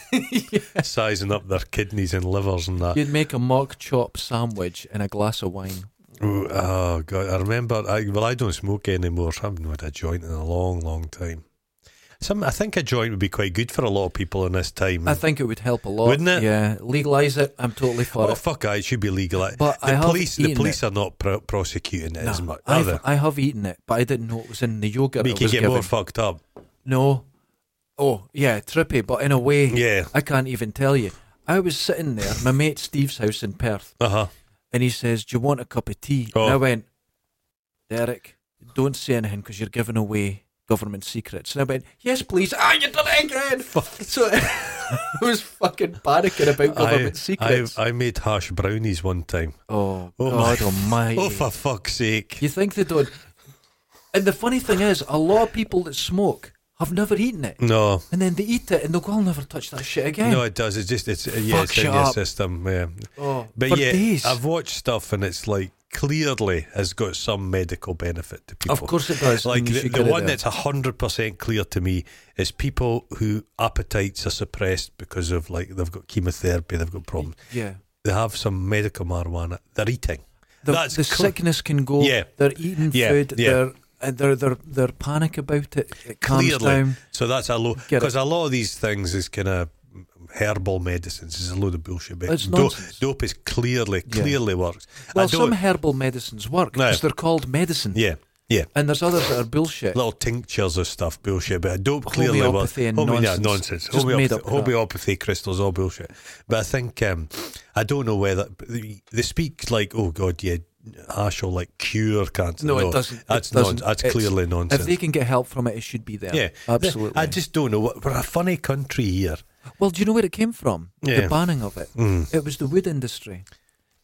sizing up their kidneys and livers and that. You'd make a mock chop sandwich and a glass of wine. Ooh, oh God, I remember. I, well, I don't smoke anymore. so I haven't had a joint in a long, long time. Some, I think a joint would be quite good for a lot of people in this time. I think it would help a lot. Mm. Wouldn't it? Yeah, legalise it. I'm totally for oh it. fuck! Aye, it should be legal. Aye. But I the have police, the eaten police are not pro- prosecuting it No, as much. Are I've- they? I have eaten it, but I didn't know it was in the yogurt. But you I can was get given. more fucked up. No. Oh, yeah, trippy, but in a way, Yeah. I can't even tell you. I was sitting there, at my mate Steve's house in Perth, Uh huh. and he says, Do you want a cup of tea? Oh. And I went, Derek, don't say anything because you're giving away government secrets. And I went, yes, please. Ah, you done it again. So I was fucking panicking about government secrets. I, I made hash brownies one time. oh, Oh God my- almighty. Oh, for fuck's sake. You think they don't. And the funny thing is, a lot of people that smoke have never eaten it. No. And then they eat it and they'll go, I'll never touch that shit again. Mm. No, it does. It's just, it's, yeah, Fucks it's you in your up. system. Yeah. oh, But for yeah, days. I've watched stuff and it's like clearly has got some medical benefit to people. of course it does. Like and you the, should the get it one there. that's hundred percent clear to me is people who appetites are suppressed because of like they've got chemotherapy, they've got problems. Yeah. They have some medical marijuana. They're eating. The, That's the cl- sickness can go. Yeah. They're eating Yeah, food. yeah. They're, and they're, they're, they're panic about it. It calms Clearly. down. So that's a low Get it. because a lot of these things is kind of herbal medicines is a load of bullshit. but It's dope, nonsense. dope is clearly clearly works. I Well, don't. some herbal medicines work No. because they're called medicine. yeah, yeah. And there's others that are bullshit. Little tinctures of stuff, bullshit, but dope clearly works. Homeopathy and Home- yeah, nonsense. nonsense. Just made Homeopathy, up crap. homeopathy crystals, all bullshit. But I think um, I don't know whether they they speak like, oh god, yeah, hash will like cure cancer. No, it doesn't. It That's doesn't. non- That's It's- clearly if nonsense. they can get help from it, it should be there. yeah, absolutely. I just don't know. We're a funny country here. Well, do you know where it came from? Yeah. The banning of it. Mm. It was the wood industry.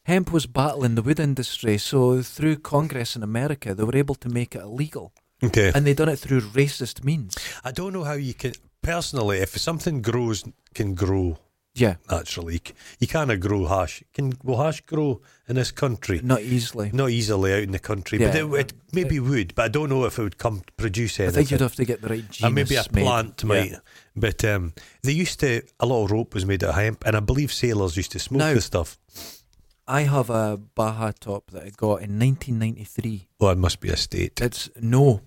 Hemp was battling the wood industry, so through Congress in America, they were able to make it illegal, Okay. and they done it through racist means. I don't know how you can personally if something grows can grow Yeah, naturally. You c- You can't grow hash. Can will hash grow in this country? not easily. Not easily out in the country, but Yeah. it, it maybe would. But I don't know if it would come to produce I anything. think you'd have to get the right genus. and maybe a made. plant Yeah. might. But um, they used to a lot of rope was made out of hemp, and I believe sailors used to smoke Now- the stuff. I have a Baja top that I got in 1993. Oh, it must be a state. It's no,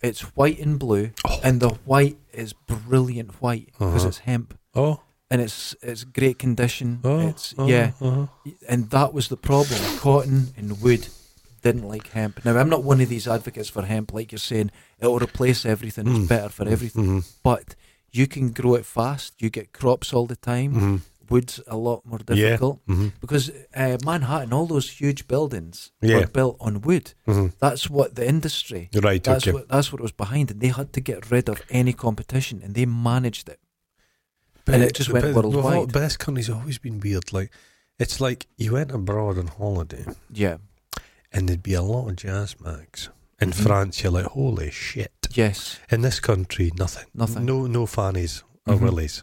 it's white and blue, Oh. and the white is brilliant white because Uh-huh. it's hemp oh, and it's it's great condition. oh, it's oh, yeah. oh. And that was the problem. Cotton and wood didn't like hemp. Now, I'm not one of these advocates for hemp, like you're saying, it'll replace everything, it's Mm. better for everything. Mhm, But you can grow it fast, you get crops all the time. mhm, Wood's a lot more Yeah. difficult mhm, because uh, Manhattan, all those huge buildings Yeah. were built on wood. mhm. That's what the industry. Right. That's okay. what that's what it was behind, and they had to get rid of any competition, and they managed it. and it just went but- well, worldwide. But this country's always been weird. Like, it's like you went abroad on holiday, Yeah. and there'd be a lot of jazz mags. In Mhm. France, you're like, holy shit. Yes. In this country, nothing. Nothing. No, no fannies or Mhm. willies.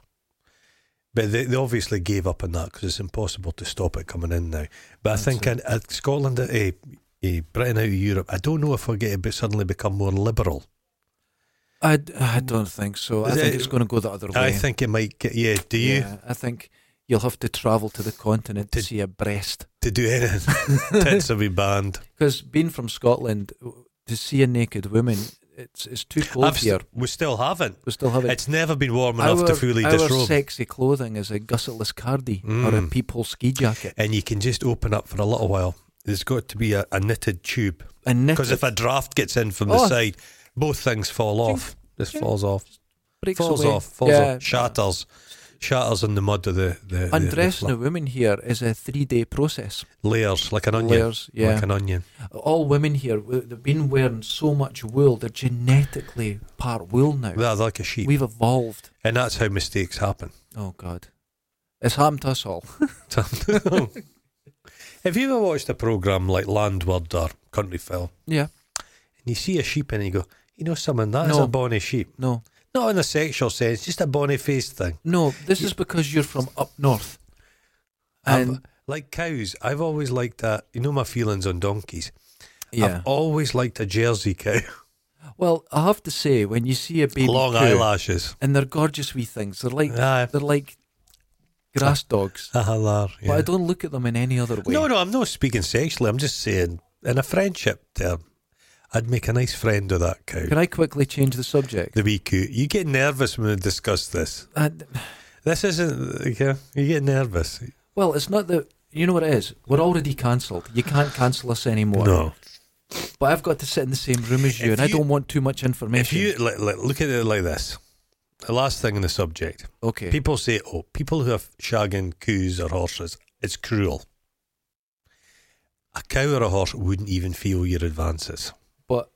But they, they obviously gave up on that because it's impossible to stop it coming in now. But I That's think in, uh, Scotland, uh, uh, Britain out of Europe, I don't know if we're going to suddenly become more liberal. I, d- I don't think so. I Is think it- it's going to go the other way. I think it might get, yeah, do you? Yeah, I think you'll have to travel to the continent to Did- see a breast. To do anything. Tits will be banned. Because being from Scotland, w- to see a naked woman, it's it's too cold I've here. st- we still haven't. we still have it. It's never been warm enough to fully our disrobe. sexy clothing is a gussetless cardi or a Mm. peephole ski jacket. And you can just open up for a little while. There's got to be a, a knitted tube. And knit Because if a draft gets in from Oh. the side, both things fall off. This chink. falls off. breaks falls away. off. Falls Yeah. off. Shatters. Shatters in the mud of the. the, the- Undressing the a woman here is a three-day process. fl- Layers, like an onion. Layers, yeah. Like an onion. All women here, w- they've been wearing so much wool, they're genetically part wool now. They're like a sheep. We've evolved. and that's how mistakes happen. Oh God, it's happened to us all. Have you ever watched a programme like Landward or Country Phil? Yeah, And you see a sheep and you go, you know something, that is No. a bonny sheep. no, Not in a sexual sense, just a bonny face thing. no. This is because you're from up north, I've- and like cows, I've always liked that. You know my feelings on donkeys. yeah. I've always liked a Jersey cow. well, I have to say, when you see a baby Long cow, eyelashes. and they're gorgeous wee things, they're like Aye. they're like grass dogs. Ah, hello, yeah. But I don't look at them in any other way. No, no, I'm not speaking sexually. I'm just saying, in a friendship term, I'd make a nice friend of that cow. Can I quickly change the subject? The wee cow. You get nervous when we discuss this. Uh, This isn't. Okay, you get nervous. well, it's not that you know what it is. We're already cancelled. You can't cancel us anymore. No. But I've got to sit in the same room as you, If and I you- don't want too much If information. you like, like, look at it like this, the last thing in the subject, okay. people say, "Oh, people who are shagging coos or horses, it's cruel." A cow or a horse wouldn't even feel your advances. But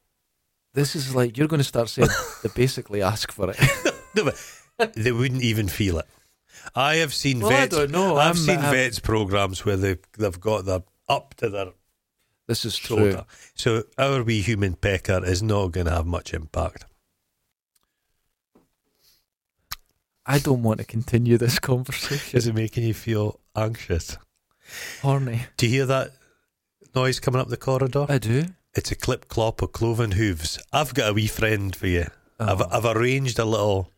this is like you're going to start saying they basically ask for it. No, but they wouldn't even feel it. I have seen Well, I vets. don't know. have I'm- seen I'm- vets programs where they they've got their up to their This is true. shoulder. So our wee human pecker is not going to have much impact. I don't want to continue this conversation. Is it making you feel anxious? Horny. Do you hear that noise coming up the corridor? I do. It's a clip clop of cloven hooves. I've got a wee friend for you. I've, uh, Oh. I've arranged a little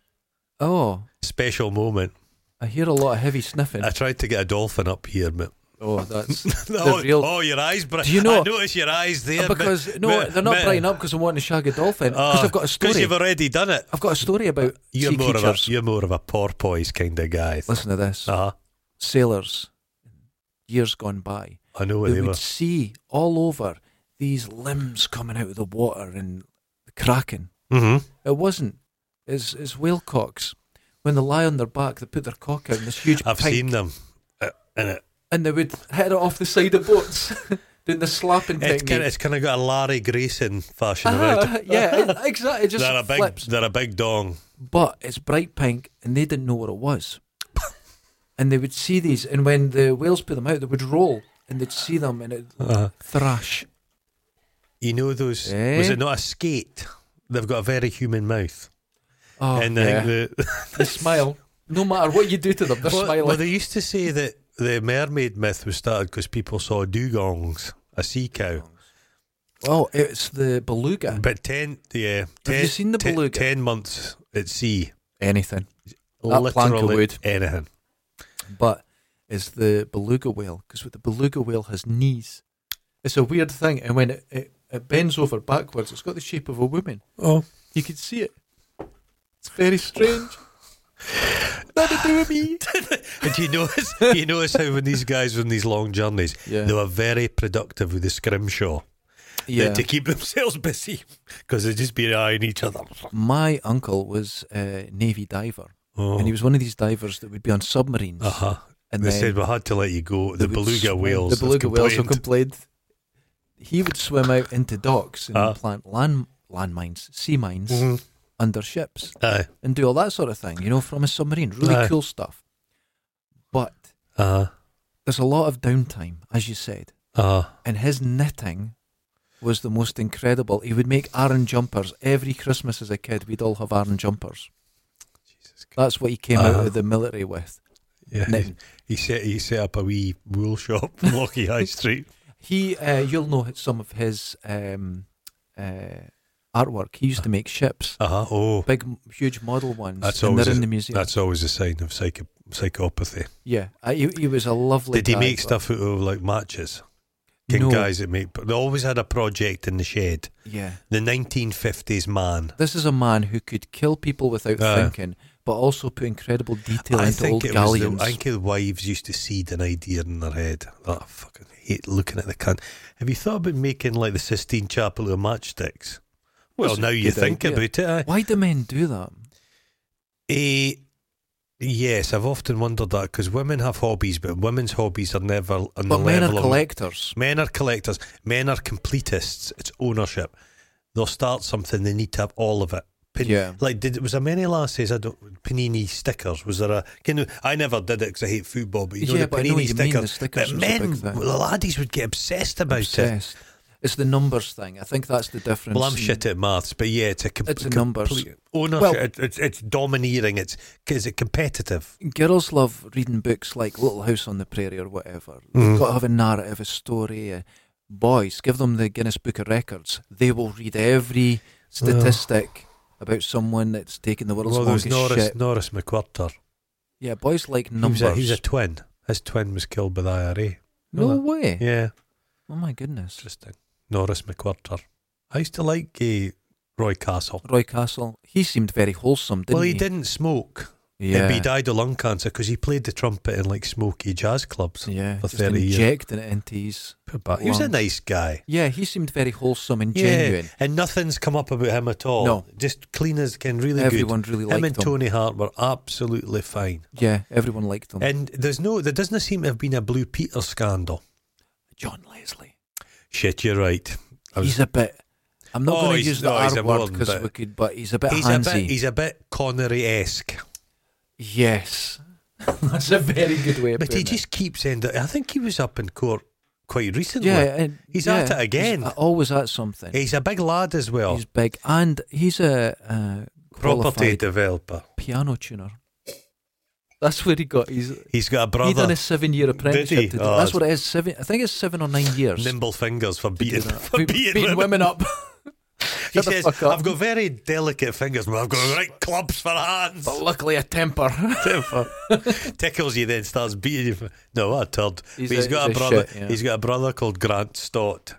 Oh, special moment. I hear a lot of heavy sniffing. I tried to get a dolphin up here, but Oh, that's oh, real- oh, your eyes bright. Do you know- I notice your eyes there but- because no, but- they're not but- brighten up because I'm wanting to shag a dolphin. Because Oh, I've got a 'cause story. you've already done it. I've got a story about You're sea more of a creatures. you're more of a porpoise kind of guy. Listen to this. Uh-huh. Sailors, years gone by, I know what they Oh, they would were. see all over these limbs coming out of the water and cracking. Mm-hmm. It wasn't. It's, it's whale cocks. When they lie on their back, they put their cock out in this huge I've pike, seen them, uh, and it, and they would hit it off the side of boats, doing the slapping it's technique. kind of it's kind of got a Larry Grayson fashion about Ah, it. yeah, exactly. It just they're a big flips. they're a big dong. but it's bright pink and they didn't know what it was. and they would see these, and when the whales put them out, they would roll and they'd see them and it Uh-huh. thrash. You know those? Eh? Was it not a skate? They've got a very human mouth, Oh, and I yeah. think the, they smile. No matter what you do to them, they're well, smiling. well, they used to say that the mermaid myth was started because people saw dugongs, a sea cow. oh, it's the beluga. But ten, yeah, ten, you seen the ten- beluga? ten months at sea, Anything. That plank of literally wood. anything. But it's the beluga whale, because the beluga whale has knees. It's a weird thing. And when it, it, it bends over backwards, it's got the shape of a woman. Oh, You can see it. It's very strange. Nothing to do with me. and you notice, you notice how when these guys were on these long journeys, Yeah. they were very productive with the scrimshaw Yeah. to keep themselves busy because they'd just be eyeing each other. My uncle was a Navy diver, Oh. and he was one of these divers that would be on submarines. Uh huh. and They then said we had to let you go. they The would beluga swim- whales. The beluga have whales have complained. complained. He would swim out into docks and Ah. plant land landmines, sea mines Mhm. under ships, Aye. and do all that sort of thing. You know, from a submarine, really Aye. cool stuff. But Uh there's a lot of downtime, as you said, uh. and his knitting was the most incredible. He would make iron jumpers every Christmas as a kid. We'd all have iron jumpers. Jesus. That's what he came out Ah. of the military with. Yeah. Knitting. He set he set up a wee wool shop, in Lockheed High Street. He, uh, you'll know some of his um, uh, artwork. He used to make ships, Uh huh. Oh, big, huge model ones, That's and always they're in a- the museum. that's always a sign of psycho- psychopathy. Yeah, uh, he, he was a lovely. Did he guy, make but- stuff out of like matches? Can No. guys that make? They always had a project in the shed. Yeah, The 1950s man. this is a man who could kill people without Ah. thinking, but also put incredible detail I into old think it was the, galleons. I think the wives used to seed an idea in their head. Oh, I fucking hate looking at the cunt. Have you thought about making like the Sistine Chapel of matchsticks? Well, That's a now you good think idea. about it. aye. Why do men do that? Eh, yes, I've often wondered that because women have hobbies, but women's hobbies are never on the But men level are of collectors. men are collectors. Men are completists. It's ownership. They'll start something. They need to have all of it. Pin- Yeah. Like, did was there many lasses? I don't panini stickers. Was there a? Can you- I never did it because I hate football. But you know Yeah, the but I panini know what you mean, stickers. the stickers but was a big men, thing. the laddies would get obsessed about it. Obsessed. It's the numbers thing. I think that's the difference. Well, I'm in- shit at maths, but yeah, it's a com- It's a numbers. complete ownership. Well- it, it's it's domineering. It's is it competitive? girls love reading books like Little House on the Prairie or whatever. Mm. They've got to have a narrative, a story. A boys, give them the Guinness Book of Records. They will read every statistic about someone that's taken the world's Well, there was longest Norris shit. Norris McWhirter. Yeah, boys like He numbers. was, a, he was a twin. His twin was killed by the IRA. no Well, way. Yeah. Oh my goodness. Interesting. Norris McWhirter. I used to like uh, Roy Castle. Roy Castle, he seemed very wholesome, didn't well, he, he? didn't smoke. Yeah. But he died of lung cancer because he played the trumpet in like smoky jazz clubs. yeah, for just 30 years. injecting it into his. Put back- He was a Lungs. nice guy. Yeah, he seemed very wholesome and Yeah, genuine. and nothing's come up about him at all. No. Just clean as can, really Everyone good. really him liked and him. Tony Hart were absolutely fine. Yeah, everyone liked him. And there's no, there doesn't seem to have been a Blue Peter scandal. John Leslie. Shit, you're right. I was- he's a bit. I'm not Oh, going to he's- use no, he's the a R word modern because bit. we could, but he's a bit he's handsy. a bit he's a bit Connery esque, yes, that's a very good way. Of but he putting it. just keeps ending. I think he was up in court quite recently. yeah, and- he's yeah, at it again. He's always at something. He's a big lad as well. He's big, and he's a uh, Property qualified developer. piano tuner. That's where he got. He's He's got a he done brother. his seven year apprenticeship. he? To do, Oh, that's that's- what it is. Seven. I think it's seven or nine years. Nimble fingers for to do beating that. for Be- beating, women. up. He Shut the says, fuck up. "I've got very delicate fingers, but I've got the right clubs for hands." But luckily, a temper. Tickles you, then starts beating you. for- No, what a turd. He's But he's a- got he's a a brother. shit, yeah. He's got a brother called Grant Stott,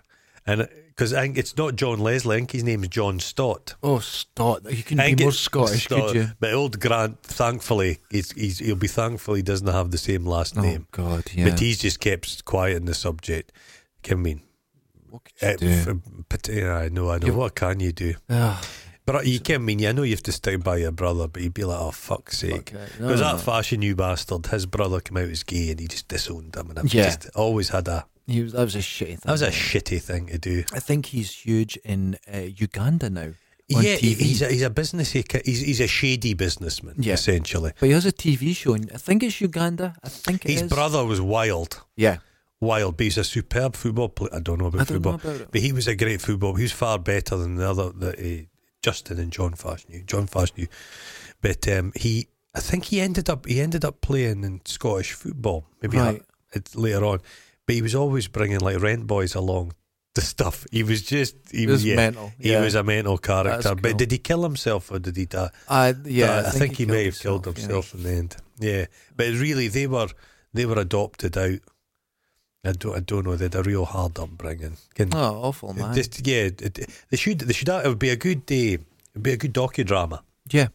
and because I think it's not John Leslie, I think his name's John Stott. oh, Stott. You I can think be more it's Scottish, Stott, could you? But old Grant, thankfully, he's, he's, he'll be thankful he doesn't have the same last name. Oh God, yeah. But he's just kept quiet on the subject. Can mean, What could you eh, do? f- but, eh, I know, I know. You- what can you do? Ah, But uh, you can mean, I know you have to stand by your brother, but you'd be like, oh fuck's sake. okay. No, Because no, that no. fashion you bastard, his brother came out as gay and he just disowned him, and I've Yeah. just always had a He was, that was a shitty thing. that was a shitty thing to do. I think he's huge in uh, Uganda now. On yeah, he- TV. he's a, he's a business he ca- he's he's a shady businessman Yeah. essentially. But he has a TV show, and I think it's Uganda. I think it is. His brother was wild, Yeah, wild. But he's a superb football player. I don't know about I don't football, know about it. but he was a great football. He was far better than the other that eh, Justin and John Fashnew. John Fashnew, but um, he I think he ended up he ended up playing in Scottish football maybe Right. it- later on. But he was always bringing like rent boys along the stuff. He was just he It was was yeah, mental. he yeah. was a mental character. cool. But did he kill himself or did he die? I, yeah, But I, think, he, may have killed yeah. himself in the end. Yeah, but really, they were they were adopted out. I don't I don't know. They had a real hard upbringing. Can- Oh, awful man. just yeah, it- they should they should. It would be a good day. It would be a good docudrama. yeah,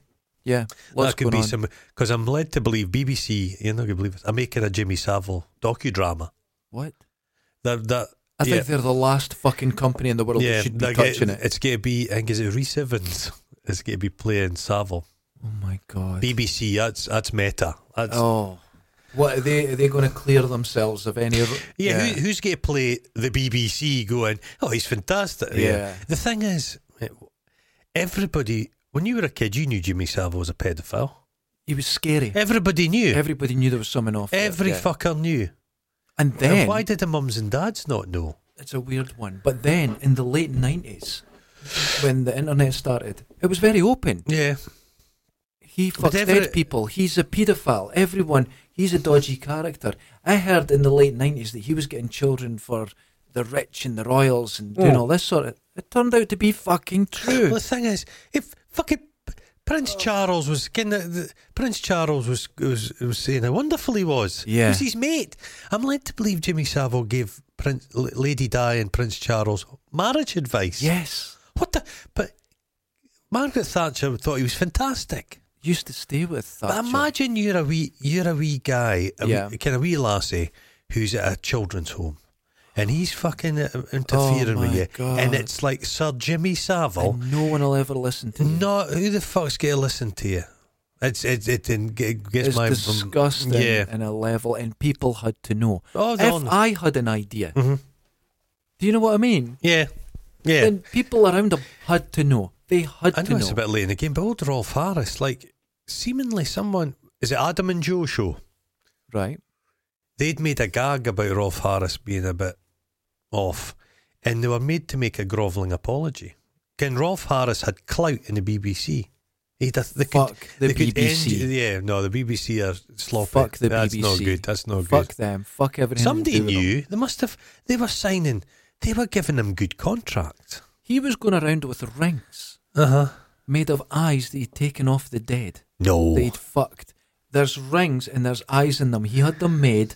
yeah. Lots that could going be on. some because I'm led to believe BBC. You're not gonna believe it. I'm making a Jimmy Savile docudrama. What? That that I Yeah. think they're the last fucking company in the world yeah, that should be that get- touching it. It's gonna be. I think is it Reese Evans. It's gonna be playing Savile. Oh my god. BBC. That's that's meta. That's Oh, what are they? Are they going to clear themselves of any of? Yeah, Who, who's going to play the BBC going, oh, he's fantastic? Yeah. The thing is, eh, everybody, when you were a kid, you knew Jimmy Savile was a paedophile. he was scary. Everybody knew. Every, Everybody knew there was something off. with it, yeah. fucker knew. and And then why did the mums and dads not know? it's a weird one. But then in the late nineties, when the internet started, it was very open. Yeah. He But fucks every- dead people. He's a paedophile. Everyone. He's a dodgy character. I heard in the late nineties that he was getting children for the rich and the royals and doing Oh. all this sort of. It turned out to be fucking Well, true. the thing is, if fucking Prince Charles was getting the, the, Prince Charles was, was was saying how wonderful he was. He Yeah. was his mate. I'm led to believe Jimmy Savile gave Prince, L- Lady Di and Prince Charles marriage advice. Yes, What the? But Margaret Thatcher thought he was fantastic. used to stay with Thatcher. But imagine you're a wee, you're a wee guy, a Yeah. kind of wee lassie, who's at a children's home, and he's fucking uh, interfering Oh my with you, and God. it's like Sir Jimmy Savile. And no one will ever listen to you. No, who the fuck's going to listen to you? It's it it, it, it gets it's my disgusting yeah. in a level, and people had to know. Oh, if on. I had an idea, Mhm. do you know what I mean? yeah, yeah. Then people around them had to know. They had to I know know. it's a bit late in the game, but old Rolf Harris, like, seemingly someone is it Adam and Joe show? right? they'd made a gag about Rolf Harris being a bit off, and they were made to make a grovelling apology. Ken Rolf Harris had clout in the BBC. He'd a, they could, Fuck the they could BBC. end- yeah, no, the BBC are sloppy. Fuck the That's not BBC. good. That's not Fuck Oh, good. them. Fuck everything. to Somebody do with them. knew. They must have. They were signing. They were giving them good contracts. He was going around with rings Uh huh. made of eyes that he'd taken off the dead. No. that he'd fucked. There's rings and there's eyes in them. He had them made.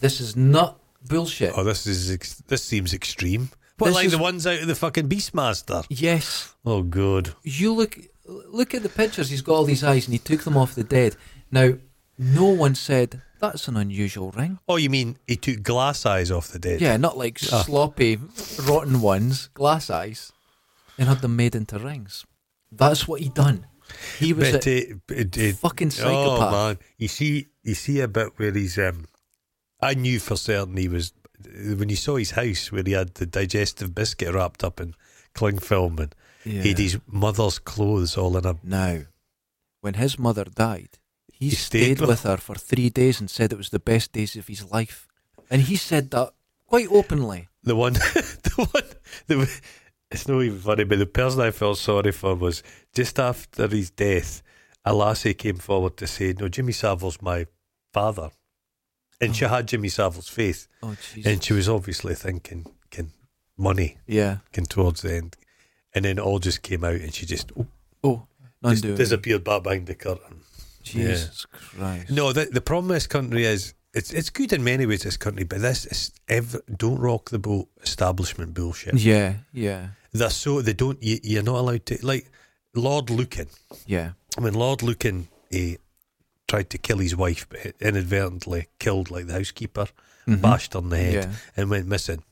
This is not bullshit. Oh, this is ex- this seems extreme. But This like is- the ones out of the fucking Beastmaster. Yes, Oh, good. you look look at the pictures. He's got all these eyes, and he took them off the dead. Now, no one said that's an unusual ring. Oh, you mean he took glass eyes off the dead? Yeah, not like Ah. sloppy, rotten ones, glass eyes, and had them made into rings. That's what he done. He was But a it- it- Oh, it- fucking psychopath. Oh man, you see, you see a bit where he's. Um, I knew for certain he was when you saw his house where he had the digestive biscuit wrapped up in cling film and Yeah. he had his mother's clothes all in a Now, when his mother died, he, He stayed, stayed with- with her for three days and said it was the best days of his life. And he said that quite openly. The one, the one, the, it's not even funny, but the person I felt sorry for was just after his death, a lassie came forward to say, No, Jimmy Savile's my father. And she Oh. had Jimmy Savile's faith. Oh, jeez. And she was obviously thinking, can money, yeah. can towards the end. And then it all just came out and she just, oh, Oh, none just doing. disappeared back behind the curtain. Jesus Christ. No, the, the problem with this country is it's it's good in many ways, this country, but this is ever, don't rock the boat establishment bullshit. Yeah, yeah, they're so they don't you, you're not allowed to like Lord Lucan yeah. when Lord Lucan eh, tried to kill his wife but inadvertently killed like the housekeeper Mhm. bashed her in the head Yeah. and went missing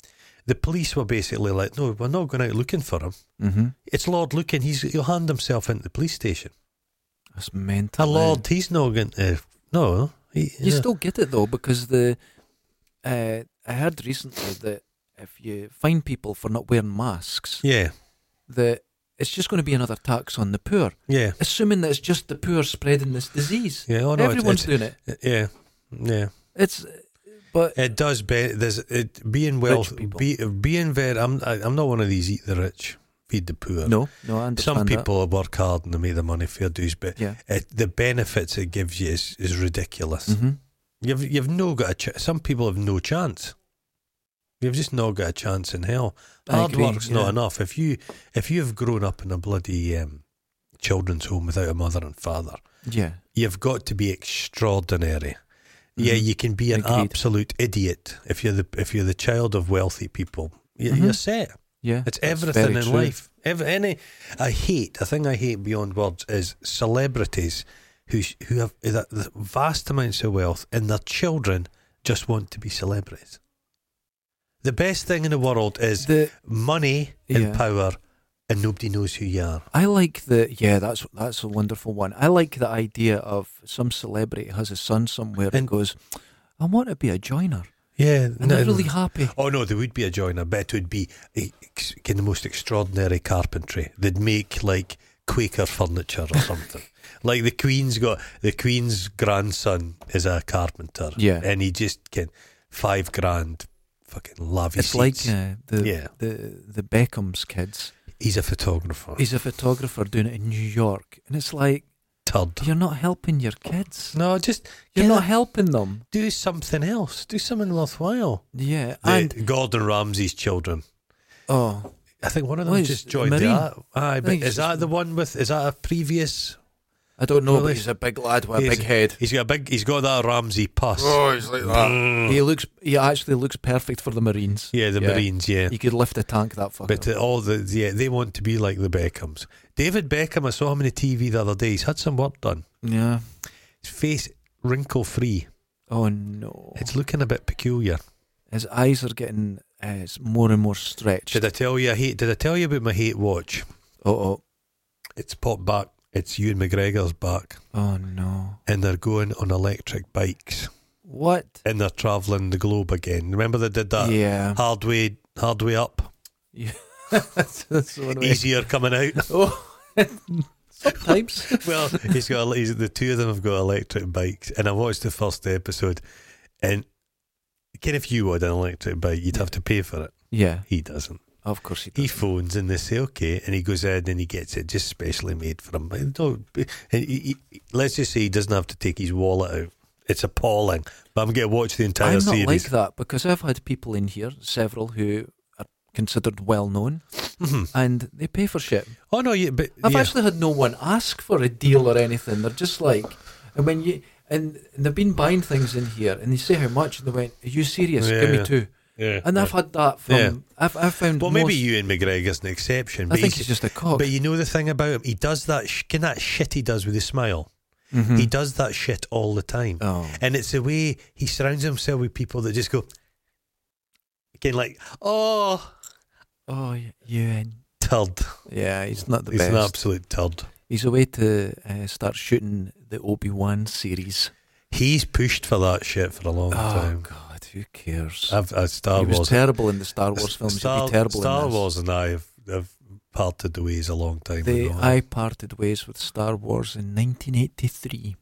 the police were basically like no we're not going out looking for him Mm-hmm. it's Lord Lucan he's he'll hand himself into the police station That's mental. a eh? Lord he's not going to no he, You no. still get it though because the uh, I heard recently that if you fine people for not wearing masks, yeah that it's just going to be another tax on the poor, yeah assuming that it's just the poor spreading this disease. yeah oh, no, it's- Everyone's it's, doing it. yeah yeah It's but It does. Be, there's it being wealth, people. be, being very. I'm I, I'm not one of these eat the rich, feed the poor. no, no, I understand Some that. people work hard and they make their money fair dues, but Yeah. it, the benefits it gives you is, is ridiculous. hmm You've you've no got a ch- some people have no chance. You've just not got a chance in hell. I Hard agree, work's yeah. not enough. If you if you've grown up in a bloody um, children's home without a mother and father, Yeah. you've got to be extraordinary. Yeah, Mhm. you can be an Agreed. absolute idiot if you're the if you're the child of wealthy people. Y- You're, Mhm. set. Yeah. It's that's everything very in true. life. Ev any, I hate a thing I hate beyond words is celebrities who sh- who have that the vast amounts of wealth and their children just want to be celebrities. The best thing in the world is The money and Yeah. power, and nobody knows who you are. I like the yeah, that's that's a wonderful one. I like the idea of some celebrity has a son somewhere and And- goes, I want to be a joiner. Yeah, And they're really happy. Oh no, there would be a joiner, but it would be a, ex- kind of most extraordinary carpentry. They'd make like Quaker furniture or something. like the Queen's got the Queen's grandson is a carpenter. Yeah. and he just can five grand fucking lavish. It's like seats. uh, the Yeah. the the Beckham's kids. he's a photographer. He's a photographer doing it in New York, and it's like turd. you're not helping your kids. No, just You're get not a- helping them. do something else. Do something worthwhile. Yeah, The- and Gordon Ramsay's children. oh, I think one of them Well, he's just joined Marine. the ar- Aye, but he's is just- that the one with? Is that a previous? I don't know, Well, but he's- he's a big lad with a he's- big head. He's got a big. He's got that Ramsey puss. he's Oh, like Mm. He looks. He actually looks perfect for the Marines. Yeah, the Marines. Yeah, You could lift a tank that fucker. but uh, all the yeah they want to be like the Beckhams. David Beckham, I saw him on the TV the other day. He's had some work done. yeah. His face wrinkle free. Oh no. It's looking a bit peculiar. His eyes are getting uh, s- more and more stretched. Did I tell you I hate? Did I tell you about my hate watch? Oh oh. It's popped back. It's Ewan McGregor's back, Oh no. and they're going on electric bikes, What? and they're travelling the globe again. Remember they did that yeah. hard way, hard way up, That's- that's one way. easier coming out. Oh. Sometimes. Well, he's got he's, the two of them have got electric bikes, and I watched the first episode, and Ken, if you had an electric bike, you'd have to pay for it. yeah. He doesn't. Of course he He does. phones and they say okay, and he goes ahead and he gets it just specially made for him. And don't- and he, he- let's just say he doesn't have to take his wallet out. It's appalling, but I'm going to watch the entire I'm not series. like that because I've had people in here, several who are considered well known, Mhm. and they pay for shit. Oh no, yeah, but I've yeah. actually had no one ask for a deal or anything. They're just like, and when you and they've been buying things in here, and they say how much, and they went, "Are you serious? Give me Yeah. two. yeah. And I've had that from. Yeah. I've I've found. well, maybe most- Ewan McGregor's an exception. I But think he's- he's just a cock. But you know the thing about him, he does that. Sh- can that shit he does with a smile? Mhm. He does that shit all the time. Oh. And it's the way he surrounds himself with people that just go, again, like, oh, Oh, Ewan. turd. Yeah, he's not the He's best. an absolute turd. He's a way to uh, start shooting the Obi Wan series. He's pushed for that shit for a long Oh time. God, Who cares? I've, uh, Star he was Wars. terrible in the Star Wars films. Star, He'd be terrible Star in this. Wars and I have, have parted the ways a long time They, ago. I parted ways with Star Wars in 1983.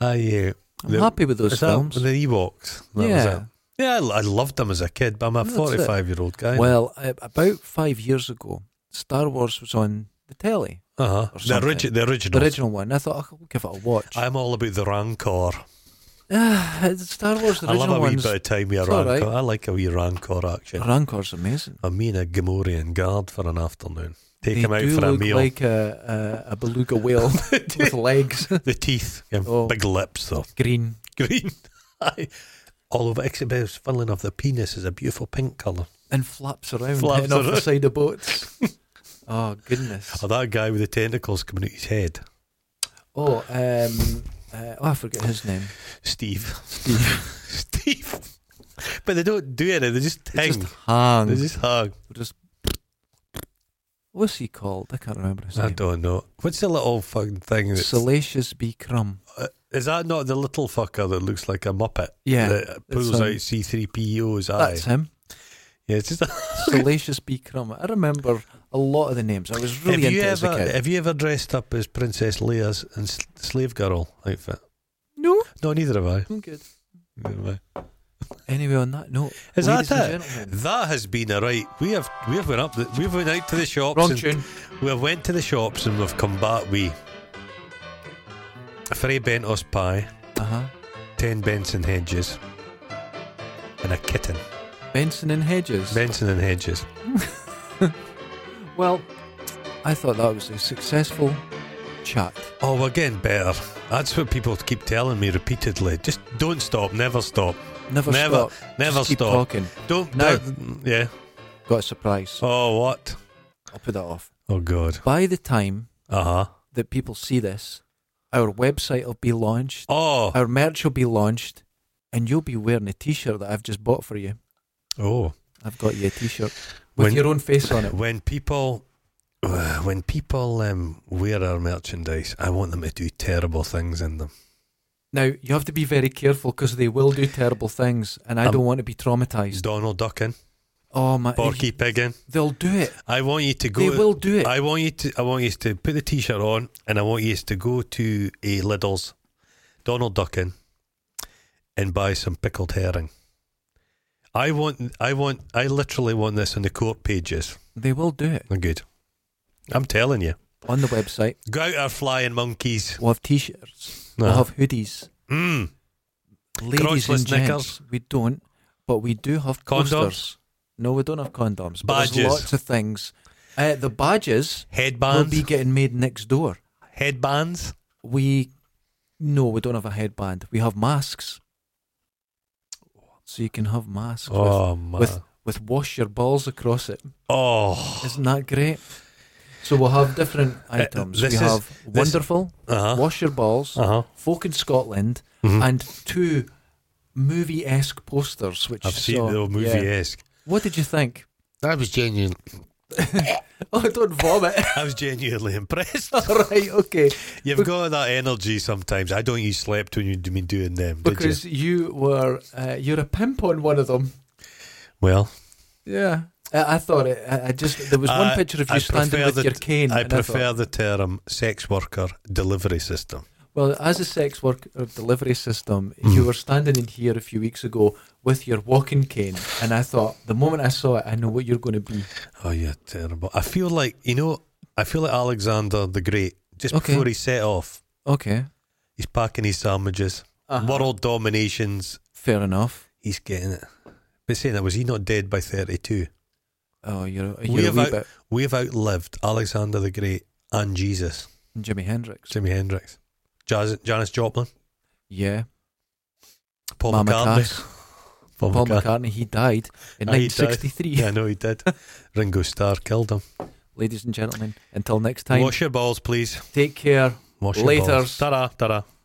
I, uh, I'm The- happy with those is that films. the Ewoks. That was yeah. it. Yeah, I, I loved them as a kid, but I'm a That's it. 45 year old guy. Well, uh, about five years ago, Star Wars was on the telly, uh-huh. or the, something. origi- the the original. original one. I thought I'll give it a watch. I'm all about the Rancor. Ah, Star Wars, the I love a original wee one's bit of time with a it's all Uh-huh. Rancor. I like a wee Rancor action. Rancor's amazing. I mean a Gamorrean guard for an afternoon. Take they him out do for a look meal. like a, a, a beluga whale with legs, the teeth, yeah, Oh. big lips though. green. Green. Aye. all over, except it's filling of the penis is a beautiful pink colour. and flaps around Flaps hitting off around. the side of boats. oh goodness! Oh, that guy with the tentacles coming out his head. Oh, um, uh, oh, I forget his name. Steve. Steve. Steve. But they don't do anything, they just They hang. Just hang. they just hang. Just- What's he called? I can't remember his I name. don't know. What's the little fucking thing? That's, Salacious B. Crumb. uh, is that not the little fucker that looks like a muppet? Yeah, that pulls um, out C3PO's eye. that's him. Yeah, it's just Salacious B. Crumb. I remember a lot of the names. I was really have into you it as ever a kid. have you ever dressed up as Princess Leia's and s- slave girl outfit? No, No, neither have I. I'm good. Neither have Anyway, on that note, I. Is ladies that it? and gentlemen, That has been a right. We have we have went up. The, we've went out to the shops. wrong and tune. We have went to the shops and we've come back. We a free bentos pie, Uh huh. ten Benson hedges, and a kitten. Benson and Hedges. Benson and hedges. Well, I thought that was a successful chat. Oh, we're getting better. That's what people keep telling me repeatedly. Just don't stop. Never stop. Never, Never, stop. never Just keep stop. talking. Don't. No. don't- yeah. Got a surprise. Oh, what? I'll put that off. Oh, God. By the time Uh huh. that people see this, our website will be launched, Oh. our merch will be launched, and you'll be wearing a T-shirt that I've just bought for you. Oh. I've got you a T-shirt with When- your own face on it. When people. When people um, wear our merchandise, I want them to do terrible things in them. Now you have to be very careful because they will do terrible things, and I Um, don't want to be traumatized. Donald Duckin, Oh my! Porky Piggin. They'll do it. I want you to go. They will do it. I want you to. I want you to put the t-shirt on, and I want you to go to a Lidl's, Donald Duckin, and buy some pickled herring. I want. I want. I literally want this on the court pages. they will do it I'm good. I'm telling you. on the website. Go out our flying monkeys. We'll have T-shirts. We'll Uh-huh. have hoodies. Mm. Ladies Crotchless and gents, we don't, but we do have Condoms? posters. No, we don't have condoms. But there's Badges. lots of things. Uh, the badges will Headbands. be getting made next door. Headbands. We no, we don't have a headband. We have masks, so you can have masks Oh with, man. with with wash your balls across it. oh. Isn't that great? So we'll have different items. Uh, this we is- have this- wonderful Uh huh. wash your balls, Uh huh. folk in Scotland, Mm-hmm. and two movie esque posters. Which I've seen saw- the old movie eh? yeah. esque. What did you think? I was genuine. Oh, don't vomit. I was genuinely impressed. All right, okay. You've got that energy sometimes. I don't you slept when you d- been doing them, did you? Because you were, uh, you're a pimp on one of them. Well, Yeah. I, I thought it, I, I just, there was one I- picture of Uh, I you standing prefer with the- your cane. I and thought, prefer the term sex worker delivery system. well, as a sex worker delivery system, Mm-hmm. you were standing in here a few weeks ago with your walking cane. And I thought, the moment I saw it, I know what you're going to be. Oh, you're terrible. I feel like, you know, I feel like Alexander the Great, just Okay. before he set off, Okay. he's packing his sandwiches, Uh-huh. world dominations, Fair enough. he's getting it. But saying that, was he not dead by 32? Oh, you're, We you're a have wee out- bit We have outlived Alexander the Great and Jesus, Jimi Hendrix. Jimi Hendrix, Jazz, Janis Joplin, Yeah. Paul Mama McCartney. Cass. Paul McCartney, he died in Ah, he died. 1963. Yeah, I know he did. Ringo Starr killed him. Ladies and gentlemen, until next time, Wash your balls, please. take care. Wash Laters. your balls. Ta-ra, ta-ra.